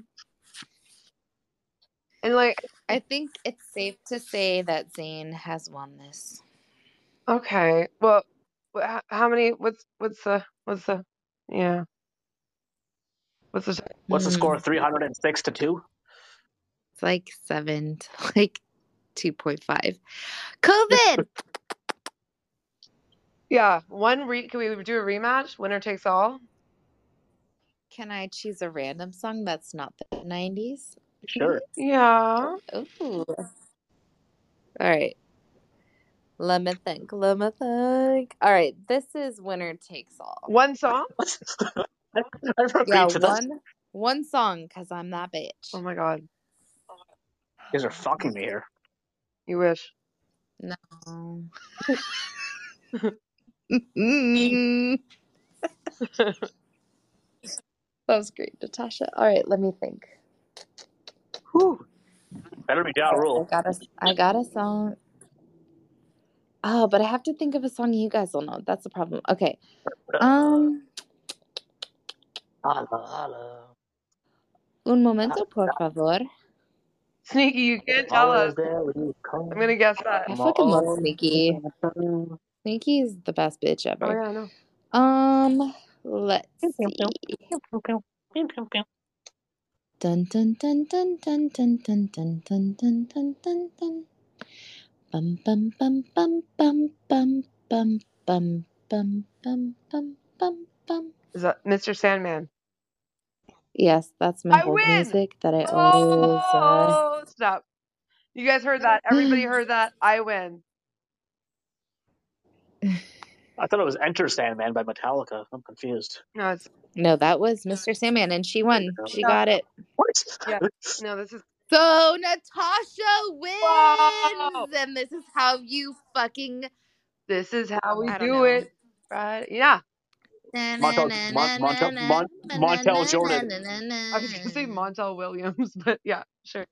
[SPEAKER 1] and like,
[SPEAKER 4] I think it's safe to say that Zayn has won this.
[SPEAKER 1] okay, well, wh- h- how many? What's what's the what's the? Yeah, what's the?
[SPEAKER 2] What's the
[SPEAKER 4] Hmm.
[SPEAKER 2] score? 306 to *laughs* 2?
[SPEAKER 4] It's like seven to like 2.5.
[SPEAKER 2] *laughs*
[SPEAKER 4] COVID!
[SPEAKER 1] Yeah, one re. Can we do a rematch? Winner takes all.
[SPEAKER 4] Can I choose a random song that's not the 90s?
[SPEAKER 2] Sure.
[SPEAKER 1] Yeah.
[SPEAKER 4] Ooh. All right. Let me think. Let me think. All right. This is Winner Takes All.
[SPEAKER 1] One song.
[SPEAKER 2] I never
[SPEAKER 4] Yeah,
[SPEAKER 2] agreed to this.
[SPEAKER 4] one one song because I'm that bitch.
[SPEAKER 1] Oh my god,
[SPEAKER 2] You guys are fucking me here.
[SPEAKER 1] you wish.
[SPEAKER 4] No. Mm. that was great, Natasha. All right, let me think.
[SPEAKER 1] Whew.
[SPEAKER 2] Better be Ja
[SPEAKER 4] I
[SPEAKER 2] Rule.
[SPEAKER 4] got a, I got a song. Oh, but I have to think of a song you guys will know. That's the problem. Okay. Um,
[SPEAKER 2] Holla, holla.
[SPEAKER 4] un momento, por favor.
[SPEAKER 1] Sneaky, you can't
[SPEAKER 2] I'm
[SPEAKER 1] tell
[SPEAKER 2] always
[SPEAKER 1] us.
[SPEAKER 2] there when you come.
[SPEAKER 1] I'm gonna guess that.
[SPEAKER 4] I
[SPEAKER 2] I'm
[SPEAKER 4] fucking love
[SPEAKER 2] always
[SPEAKER 4] Sneaky.
[SPEAKER 2] there.
[SPEAKER 4] Sneaky is the best bitch
[SPEAKER 1] Oh
[SPEAKER 4] ever.
[SPEAKER 1] yeah, I know.
[SPEAKER 4] Um, let's see. Dun dun dun dun dun dun dun dun dun dun dun dun dun. Bum bum bum bum bum bum bum bum bum bum bum bum bum.
[SPEAKER 1] Is that Mr. Sandman?
[SPEAKER 4] Yes, that's my
[SPEAKER 1] I
[SPEAKER 4] hold
[SPEAKER 1] win.
[SPEAKER 4] music that I always. Uh,
[SPEAKER 1] Oh, stop. You guys heard that. Everybody heard that. I win.
[SPEAKER 2] I thought it was Enter Sandman by Metallica. I'm confused.
[SPEAKER 1] No, it's
[SPEAKER 4] No, that was Mr. Sandman, and she won. She
[SPEAKER 1] Yeah.
[SPEAKER 4] got it.
[SPEAKER 2] What?
[SPEAKER 1] yeah. No, this is
[SPEAKER 4] So Natasha
[SPEAKER 1] Wow.
[SPEAKER 4] wins, and this is how you fucking
[SPEAKER 1] this is how we
[SPEAKER 4] I don't
[SPEAKER 1] do
[SPEAKER 4] know.
[SPEAKER 1] it. Right? Yeah.
[SPEAKER 2] Montel- Mon- Montel- Mon- Montel Jordan.
[SPEAKER 1] I was going to
[SPEAKER 4] Mm.
[SPEAKER 1] say Montel Williams, *laughs* but yeah, sure.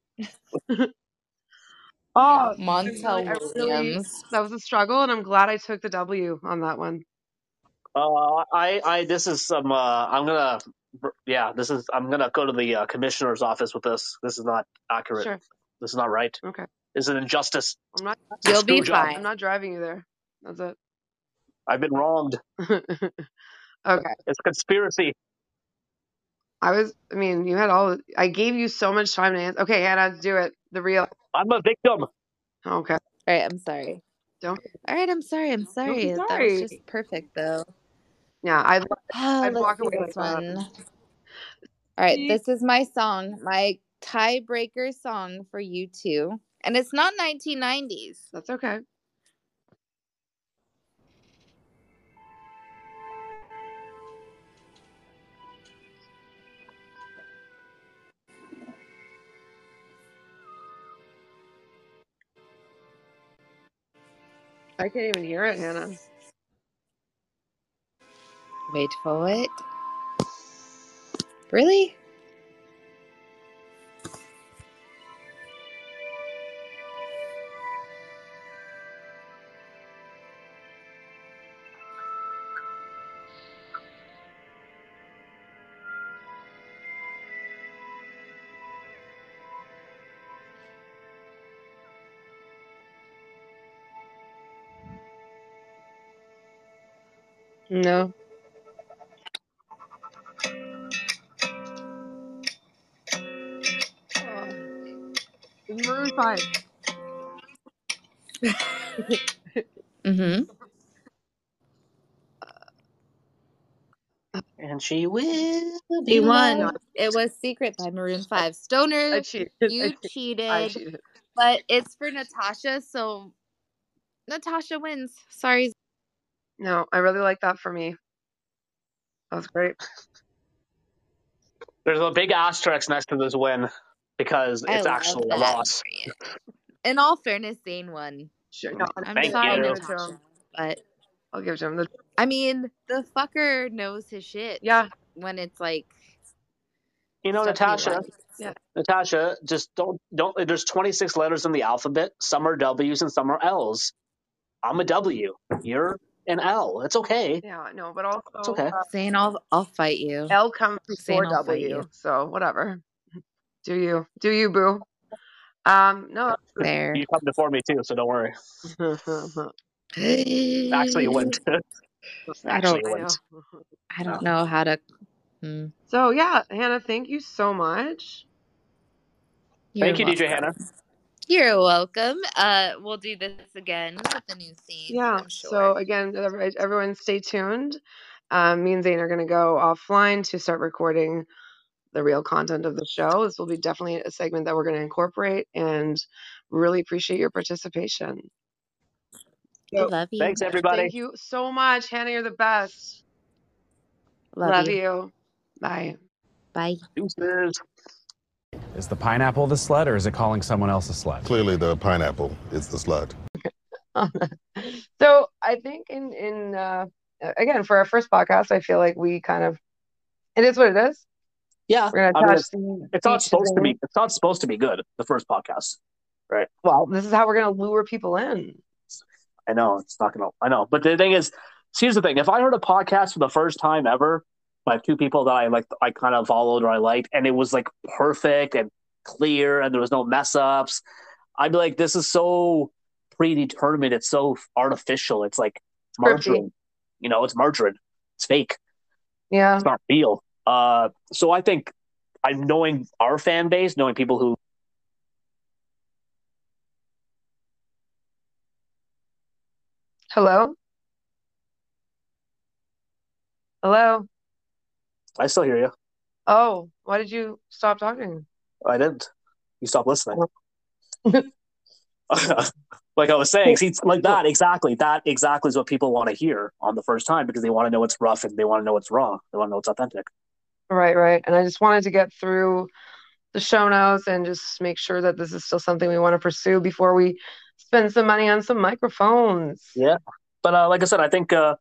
[SPEAKER 1] oh, I feel like I
[SPEAKER 4] Montel
[SPEAKER 1] really,
[SPEAKER 4] Williams.
[SPEAKER 1] that was a struggle, and I'm glad I took the W on that one.
[SPEAKER 2] *laughs* Uh, I, I, this is some. Uh, I'm gonna, yeah, this is. I'm gonna go to the uh, commissioner's office with this. This is not accurate.
[SPEAKER 1] Sure.
[SPEAKER 2] This is not right.
[SPEAKER 1] Okay.
[SPEAKER 2] This is an injustice.
[SPEAKER 1] I'm not,
[SPEAKER 2] It's a
[SPEAKER 4] You'll
[SPEAKER 2] screw
[SPEAKER 4] be
[SPEAKER 2] job.
[SPEAKER 1] I'm
[SPEAKER 4] fine.
[SPEAKER 1] not driving you there. That's it. *laughs*
[SPEAKER 2] I've been wronged.
[SPEAKER 1] okay.
[SPEAKER 2] It's a conspiracy.
[SPEAKER 1] I was, I mean, you had all, I gave you so much time to answer. Okay, Hannah, do it. The real.
[SPEAKER 2] I'm a victim.
[SPEAKER 1] Okay.
[SPEAKER 4] All right, I'm sorry.
[SPEAKER 1] Don't,
[SPEAKER 4] All right, I'm sorry. I'm
[SPEAKER 1] don't be
[SPEAKER 4] sorry. That was
[SPEAKER 1] sorry.
[SPEAKER 4] just perfect, though.
[SPEAKER 1] Yeah, I'd,
[SPEAKER 4] Ah,
[SPEAKER 1] *sighs* I'd
[SPEAKER 4] let's
[SPEAKER 1] walk
[SPEAKER 4] see
[SPEAKER 1] away
[SPEAKER 4] this
[SPEAKER 1] like that
[SPEAKER 4] one.
[SPEAKER 1] happened.
[SPEAKER 4] All right,
[SPEAKER 1] Beep.
[SPEAKER 4] this is my song, my tiebreaker song for you two. And it's not 1990s.
[SPEAKER 1] That's okay. I can't even hear it, Hannah.
[SPEAKER 4] Wait for it. Really?
[SPEAKER 1] No. Oh, it's Maroon 5.
[SPEAKER 4] Mm-hmm.
[SPEAKER 2] And she will
[SPEAKER 4] She
[SPEAKER 2] be
[SPEAKER 1] No,
[SPEAKER 4] won.
[SPEAKER 2] mine.
[SPEAKER 4] It was Secret by Maroon
[SPEAKER 1] I,
[SPEAKER 4] 5.
[SPEAKER 1] I
[SPEAKER 4] Stoner,
[SPEAKER 1] cheated. I
[SPEAKER 4] you
[SPEAKER 1] cheated. I
[SPEAKER 4] cheated,
[SPEAKER 1] cheated.
[SPEAKER 4] but it's for Natasha, so Natasha wins. Sorry.
[SPEAKER 1] No, I really like that for me. That was great.
[SPEAKER 2] There's a big asterisk next to this win because
[SPEAKER 4] I
[SPEAKER 2] it's
[SPEAKER 4] love
[SPEAKER 2] actually a
[SPEAKER 4] that
[SPEAKER 2] loss.
[SPEAKER 4] for you. In all fairness, Zane won.
[SPEAKER 1] Sure. No, I-
[SPEAKER 4] I'm
[SPEAKER 2] Thank
[SPEAKER 1] I'll
[SPEAKER 4] sorry,
[SPEAKER 1] give
[SPEAKER 2] you.
[SPEAKER 1] it to him.
[SPEAKER 4] Natasha, but
[SPEAKER 1] I'll give it to him. The,
[SPEAKER 4] I mean, the fucker knows his shit
[SPEAKER 1] yeah.
[SPEAKER 4] when it's like
[SPEAKER 2] You know,
[SPEAKER 4] stuff he
[SPEAKER 2] Natasha,
[SPEAKER 4] likes.
[SPEAKER 1] Yeah.
[SPEAKER 2] Natasha, just don't, don't. There's 26 letters in the alphabet. Some are W's and some are L's. I'm a W. You're an L. It's okay.
[SPEAKER 1] Yeah. No, but
[SPEAKER 2] It's
[SPEAKER 1] also
[SPEAKER 2] okay.
[SPEAKER 1] uh,
[SPEAKER 4] Zane, I'll I'll fight you.
[SPEAKER 1] L comes before
[SPEAKER 4] Zane, I'll fight you.
[SPEAKER 1] W. So whatever. Do you? Do you, boo? Um,
[SPEAKER 2] *laughs*
[SPEAKER 1] no.
[SPEAKER 4] There.
[SPEAKER 2] You come before me too, so don't worry.
[SPEAKER 1] I
[SPEAKER 2] Actually, you wouldn't.
[SPEAKER 4] I
[SPEAKER 2] Actually,
[SPEAKER 4] don't
[SPEAKER 2] you wouldn't.
[SPEAKER 1] know.
[SPEAKER 4] I
[SPEAKER 2] No.
[SPEAKER 4] don't know how to. Hmm.
[SPEAKER 1] So yeah, Hannah, thank you so much.
[SPEAKER 4] You're
[SPEAKER 2] *laughs* Thank you, DJ Hannah.
[SPEAKER 4] welcome. You're welcome. Uh, we'll do this again with a new theme,
[SPEAKER 1] Yeah.
[SPEAKER 4] I'm
[SPEAKER 1] So
[SPEAKER 4] sure.
[SPEAKER 1] again, every- everyone, stay tuned. Um, me and Zane are going to go offline to start recording the real content of the show. This will be definitely a segment that we're going to incorporate, and really appreciate your participation.
[SPEAKER 4] I
[SPEAKER 1] So
[SPEAKER 4] love you.
[SPEAKER 2] Thanks, everybody.
[SPEAKER 1] thank you so much, Hannah. You're the best.
[SPEAKER 4] Love
[SPEAKER 1] Love
[SPEAKER 4] you.
[SPEAKER 1] you. Bye.
[SPEAKER 4] Bye.
[SPEAKER 2] Deuces.
[SPEAKER 6] Is the pineapple the slut or is it calling someone else a slut?
[SPEAKER 7] Clearly, the pineapple is the slut.
[SPEAKER 1] so I think in in uh, again for our first podcast, I feel like we kind of it is what it is.
[SPEAKER 2] Yeah,
[SPEAKER 1] We're
[SPEAKER 2] I mean,
[SPEAKER 1] gonna attach
[SPEAKER 2] it's
[SPEAKER 1] the
[SPEAKER 2] it's not
[SPEAKER 1] speech to
[SPEAKER 2] supposed to
[SPEAKER 1] Zane.
[SPEAKER 2] be. It's not supposed to be good. The first podcast, right?
[SPEAKER 1] Well, this is how we're gonna lure people in.
[SPEAKER 2] I know it's not gonna. I know, but the thing is, see, here's the thing: if I heard a podcast for the first time ever by two people that I like, I kind of followed or I liked, and it was like perfect and clear, and there was no mess ups, I'd be like, this is so predetermined. It's so artificial. It's like
[SPEAKER 1] Scripty.
[SPEAKER 2] margarine. You know, it's margarine. It's fake.
[SPEAKER 1] Yeah.
[SPEAKER 2] It's not real. Uh, so I think I'm knowing our fan base, knowing people who
[SPEAKER 1] Hello? Hello?
[SPEAKER 2] I still hear you.
[SPEAKER 1] Oh, why did you stop talking?
[SPEAKER 2] I didn't. You stopped listening.
[SPEAKER 1] Oh.
[SPEAKER 2] *laughs* like I was saying, see, it's like that exactly. That exactly is what people want to hear on the first time because they want to know what's rough and they want to know what's wrong. They want to know what's authentic.
[SPEAKER 1] right, right. And I just wanted to get through the show notes and just make sure that this is still something we want to pursue before we spend some money on some microphones.
[SPEAKER 2] Yeah. But uh, like I said, I think uh,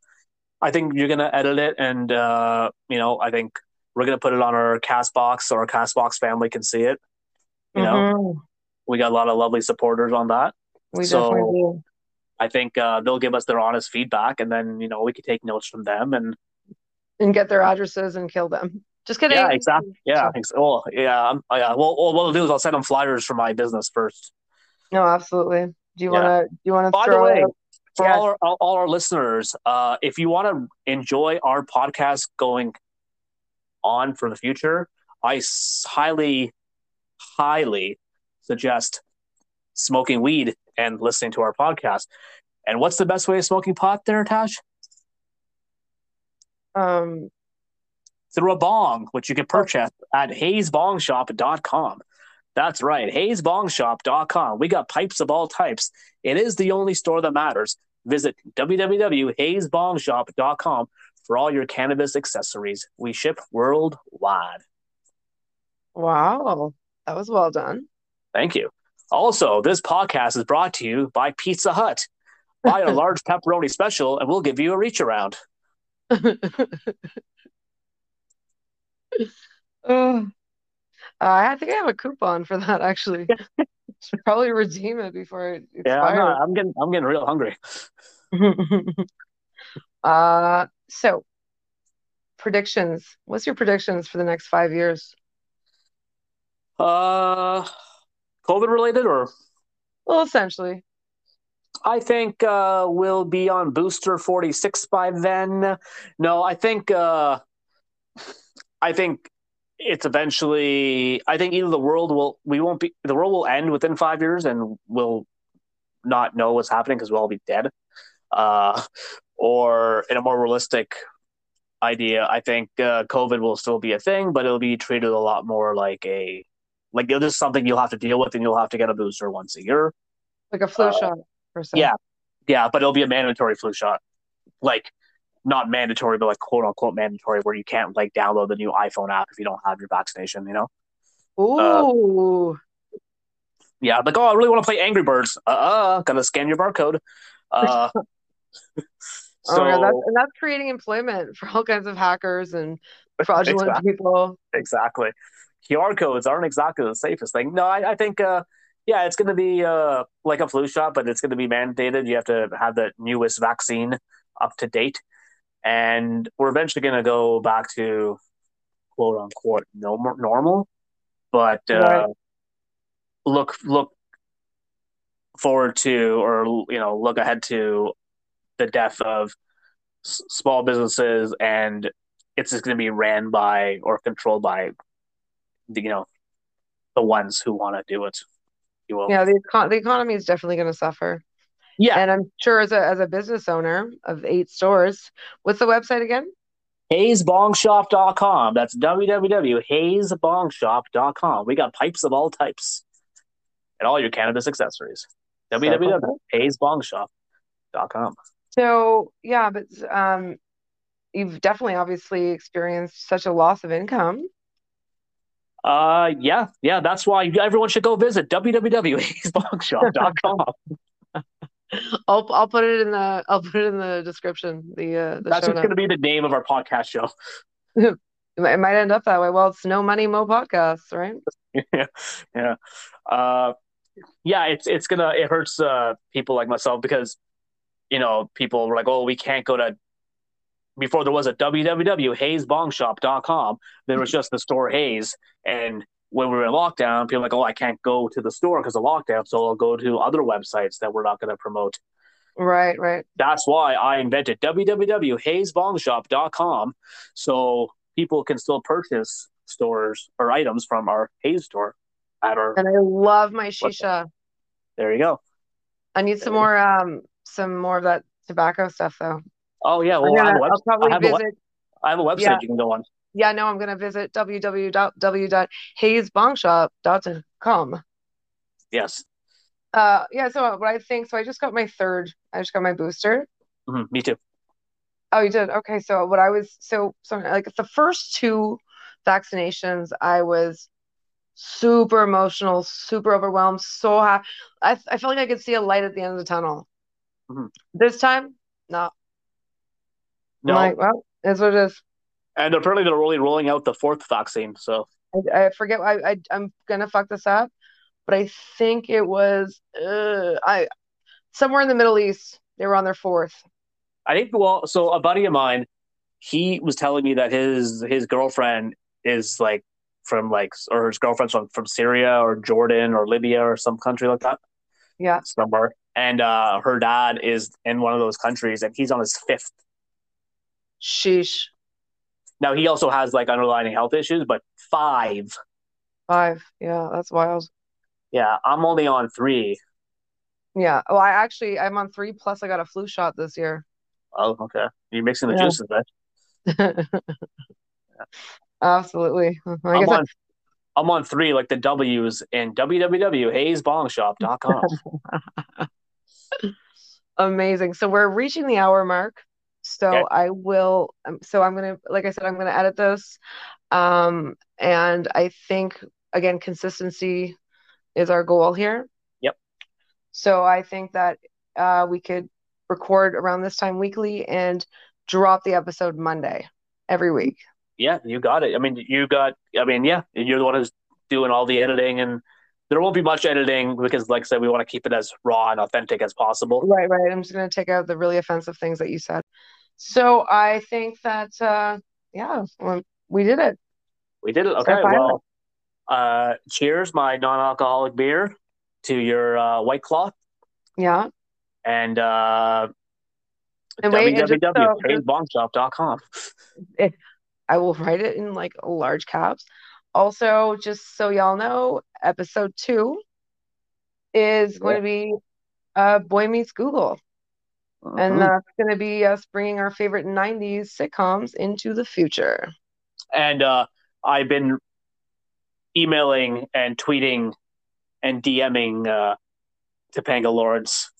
[SPEAKER 2] I think you're gonna edit it, and uh, you know, I think we're gonna put it on our cast box, so our cast box family can see it. You know,
[SPEAKER 1] Mhm.
[SPEAKER 2] we got a lot of lovely supporters on that.
[SPEAKER 1] we
[SPEAKER 2] so-
[SPEAKER 1] definitely do.
[SPEAKER 2] I think uh, they'll give us their honest feedback, and then you know we could take notes from them. And
[SPEAKER 1] And get their addresses and kill them. Just kidding.
[SPEAKER 2] yeah, exactly. Yeah, ex- well, yeah, I'm, oh, yeah. Well, well, what I'll do is I'll send them flyers for my business first.
[SPEAKER 1] No, absolutely. Do you
[SPEAKER 2] Yeah.
[SPEAKER 1] wanna do you wanna
[SPEAKER 2] By the
[SPEAKER 1] throw
[SPEAKER 2] way,
[SPEAKER 1] out-
[SPEAKER 2] For
[SPEAKER 1] Yes.
[SPEAKER 2] all, our, all, all our listeners, uh, if you want to enjoy our podcast going on for the future, I s- highly, highly suggest smoking weed and listening to our podcast. And what's the best way of smoking pot there, Tash?
[SPEAKER 1] um
[SPEAKER 2] through a bong, which you can purchase at hayesbongshop.com. That's right, hayesbongshop.com. We got pipes of all types. It is the only store that matters. Visit www.hayesbongshop.com for all your cannabis accessories. We ship worldwide.
[SPEAKER 1] wow. That was well done.
[SPEAKER 2] Thank you. Also, this podcast is brought to you by Pizza Hut. Buy a large pepperoni special and we'll give you a reach around.
[SPEAKER 1] *laughs* Ugh. Uh, I think I have a coupon for that actually. *laughs* Should probably redeem it before it
[SPEAKER 2] Yeah, I'm,
[SPEAKER 1] expires.
[SPEAKER 2] not- I'm getting I'm getting real hungry.
[SPEAKER 1] *laughs* Uh, so predictions. What's your predictions for the next five years?
[SPEAKER 2] Uh COVID related or
[SPEAKER 1] Well, essentially,
[SPEAKER 2] I think uh, we'll be on booster 46 by then. No, I think uh, I think it's eventually I think either the world will we won't be the world will end within 5 years and we'll not know what's happening cuz we'll all be dead. Uh, or in a more realistic idea, I think uh, COVID will still be a thing, but it'll be treated a lot more like a like it's just something you'll have to deal with and you'll have to get a booster once a year.
[SPEAKER 1] like a flu
[SPEAKER 2] Uh,
[SPEAKER 1] shot per se.
[SPEAKER 2] yeah. Yeah, but it'll be a mandatory flu shot. Like not mandatory, but like quote unquote mandatory, where you can't like download the new iPhone app if you don't have your vaccination. You know? Uh,
[SPEAKER 1] Ooh,
[SPEAKER 2] Yeah, like oh, I really want to play Angry Birds. Uh, uh gotta scan your barcode. Uh,
[SPEAKER 1] *laughs* oh
[SPEAKER 2] so
[SPEAKER 1] my God, that's, and that's creating employment for all kinds of hackers
[SPEAKER 2] *laughs*
[SPEAKER 1] and fraudulent
[SPEAKER 2] Exactly.
[SPEAKER 1] people.
[SPEAKER 2] exactly, QR codes aren't exactly the safest thing. No, I, I think uh, yeah, it's gonna be uh like a flu shot, but it's gonna be mandated. You have to have the newest vaccine up to date, and we're eventually gonna go back to quote unquote normal, normal but uh,
[SPEAKER 1] Right.
[SPEAKER 2] look look forward to or you know look ahead to the death of s- small businesses and it's just going to be ran by or controlled by the, you know the ones who want to do it you will
[SPEAKER 1] Yeah, the econ the economy is definitely going to suffer.
[SPEAKER 2] yeah
[SPEAKER 1] And I'm sure as a as a business owner of eight stores, what's the website again?
[SPEAKER 2] hayesbongshop.com that's www.hayesbongshop.com we got pipes of all types and all your cannabis accessories www.hayesbongshop.com
[SPEAKER 1] So yeah, but um, you've definitely obviously experienced such a loss of income.
[SPEAKER 2] Uh, yeah, yeah, that's why everyone should go visit *laughs* www.hazebongshop.com.
[SPEAKER 1] I'll I'll put it in the I'll put it in the description. The uh, the
[SPEAKER 2] that's
[SPEAKER 1] show
[SPEAKER 2] just going
[SPEAKER 1] notes.
[SPEAKER 2] to be the name of our podcast show.
[SPEAKER 1] It might- It might end up that way. Well, it's no money, mo podcasts, right?
[SPEAKER 2] yeah, yeah. Uh, yeah, it's it's gonna it hurts uh people like myself because you know people were like, oh, we can't go to. Before there was a www.hazebongshop.com, there was just the store Hayes. And when we were in lockdown, people were like, oh, I can't go to the store because of lockdown, so I'll go to other websites that we're not going to promote.
[SPEAKER 1] Right, right.
[SPEAKER 2] That's why I invented www.hayesbongshop.com so people can still purchase stores or items from our Hayes store at our
[SPEAKER 1] And I love my
[SPEAKER 2] the-
[SPEAKER 1] shisha.
[SPEAKER 2] there you go.
[SPEAKER 1] I need some more um some more of that tobacco stuff though.
[SPEAKER 2] Oh yeah,
[SPEAKER 1] I'm
[SPEAKER 2] well I have,
[SPEAKER 1] gonna,
[SPEAKER 2] a web-
[SPEAKER 1] I'll probably
[SPEAKER 2] I have a web-
[SPEAKER 1] visit.
[SPEAKER 2] I have a website
[SPEAKER 1] yeah.
[SPEAKER 2] you can go on.
[SPEAKER 1] Yeah, no, I'm gonna visit www.hazebongshop.com.
[SPEAKER 2] Yes.
[SPEAKER 1] Uh, yeah. So what I think, so I just got my third. I just got my booster.
[SPEAKER 2] Mhm, me too.
[SPEAKER 1] Oh, you did? Okay. So what I was so so like the first two vaccinations, I was super emotional, super overwhelmed, so happy. I I felt like I could see a light at the end of the tunnel.
[SPEAKER 2] Mhm.
[SPEAKER 1] This time, no. I'm
[SPEAKER 2] No.
[SPEAKER 1] like, well, that's what it is.
[SPEAKER 2] And apparently they're really rolling out the fourth vaccine. So
[SPEAKER 1] I, I forget. I, I I'm gonna fuck this up, but I think it was uh, I somewhere in the Middle East. They were on their fourth.
[SPEAKER 2] I think well, so a buddy of mine, he was telling me that his his girlfriend is like from like or his girlfriend's from from Syria or Jordan or Libya or some country like that
[SPEAKER 1] Yeah.
[SPEAKER 2] somewhere, and uh, her dad is in one of those countries, and he's on his fifth.
[SPEAKER 1] Sheesh.
[SPEAKER 2] Now he also has like underlying health issues, but five.
[SPEAKER 1] Five. Yeah, that's wild.
[SPEAKER 2] Yeah, I'm only on three.
[SPEAKER 1] Yeah. Oh, I actually I'm on three plus I got a flu shot this year. *laughs*
[SPEAKER 2] Oh, okay. You're mixing the
[SPEAKER 1] Yeah.
[SPEAKER 2] juices, right?
[SPEAKER 1] Absolutely. I
[SPEAKER 2] I'm
[SPEAKER 1] guess I-
[SPEAKER 2] on. I'm on three, like the W's
[SPEAKER 1] *laughs*
[SPEAKER 2] in www.hayesbongshop.com.
[SPEAKER 1] Amazing. So we're reaching the hour mark. So
[SPEAKER 2] Okay.
[SPEAKER 1] I will, um, so I'm gonna, like I said, I'm gonna edit this. Um, and I think again, consistency is our goal here.
[SPEAKER 2] Yep.
[SPEAKER 1] So I think that uh, we could record around this time weekly and drop the episode Monday every week.
[SPEAKER 2] yeah, you got it. I mean, you got. I mean, yeah, you're the one who's doing all the editing, and there won't be much editing because, like I said, we want to keep it as raw and authentic as possible.
[SPEAKER 1] Right, right. I'm just gonna take out the really offensive things that you said. So I think that uh, yeah, well, we did it.
[SPEAKER 2] We did it.
[SPEAKER 1] Start
[SPEAKER 2] Okay.
[SPEAKER 1] firing.
[SPEAKER 2] Well, uh, cheers, my non-alcoholic beer, to your uh, White Claw,
[SPEAKER 1] Yeah.
[SPEAKER 2] and uh,
[SPEAKER 1] And wait, and just so-
[SPEAKER 2] www.hayesbongshop.com.
[SPEAKER 1] I will write it in like large caps. Also, just so y'all know, episode two is going to be uh, Boy Meets Google.
[SPEAKER 2] Mm-hmm.
[SPEAKER 1] And that's going to be us bringing our favorite 90s sitcoms into the future.
[SPEAKER 2] and uh, I've been emailing and tweeting and DMing uh, Topanga Lawrence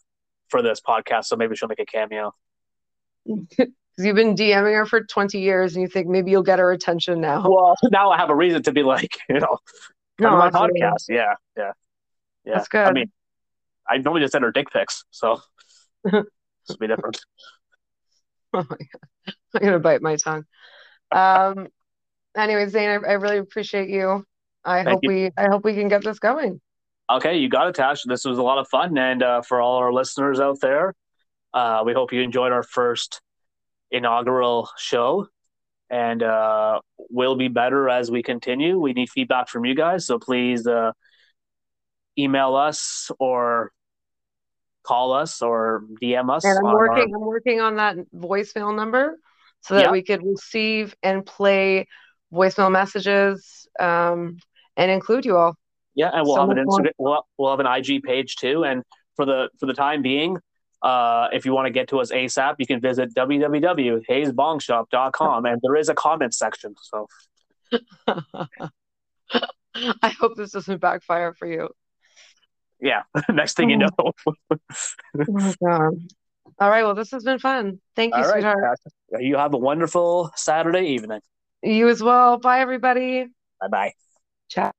[SPEAKER 2] for this podcast, so maybe she'll make a cameo.
[SPEAKER 1] Because you've been DMing her for 20 years and you think maybe you'll get her attention now. *laughs*
[SPEAKER 2] Well, now I have a reason to be like, *laughs* you know,
[SPEAKER 1] No,
[SPEAKER 2] on my
[SPEAKER 1] absolutely.
[SPEAKER 2] podcast. Yeah, yeah, yeah.
[SPEAKER 1] That's good.
[SPEAKER 2] I mean, I normally just send her dick pics,
[SPEAKER 1] *laughs*
[SPEAKER 2] so this will be different.
[SPEAKER 1] Oh my God. I'm going to bite my tongue. Um, anyways, Zane, I, I really appreciate you. I
[SPEAKER 2] Thank
[SPEAKER 1] hope
[SPEAKER 2] you.
[SPEAKER 1] we I hope we can get this going.
[SPEAKER 2] Okay, you got it, Tash. This was a lot of fun, and uh, for all our listeners out there, uh, we hope you enjoyed our first inaugural show, and uh, we'll be better as we continue. We need feedback from you guys, so please uh, email us or call us or DM us.
[SPEAKER 1] And I'm
[SPEAKER 2] on our-
[SPEAKER 1] working, I'm working on that voicemail number so that
[SPEAKER 2] Yeah.
[SPEAKER 1] we could receive and play voicemail messages um, and include you all. *laughs*
[SPEAKER 2] Yeah, and we'll
[SPEAKER 1] So
[SPEAKER 2] have an
[SPEAKER 1] much more.
[SPEAKER 2] Instagram. We'll, we'll have an IG page too. And for the for the time being, uh, if you want to get to us ASAP, you can visit www.hayesbongshop.com, and there is a comment section. So *laughs*
[SPEAKER 1] I hope this doesn't backfire for
[SPEAKER 2] *laughs*
[SPEAKER 1] you.
[SPEAKER 2] yeah, next thing you know,
[SPEAKER 1] Mm-hmm. Oh, God. All right. Well, this has been fun. Thank you,
[SPEAKER 2] All right.
[SPEAKER 1] sweetheart.
[SPEAKER 2] you have a wonderful Saturday evening.
[SPEAKER 1] You as well. Bye, everybody.
[SPEAKER 2] Bye bye.
[SPEAKER 1] Ciao.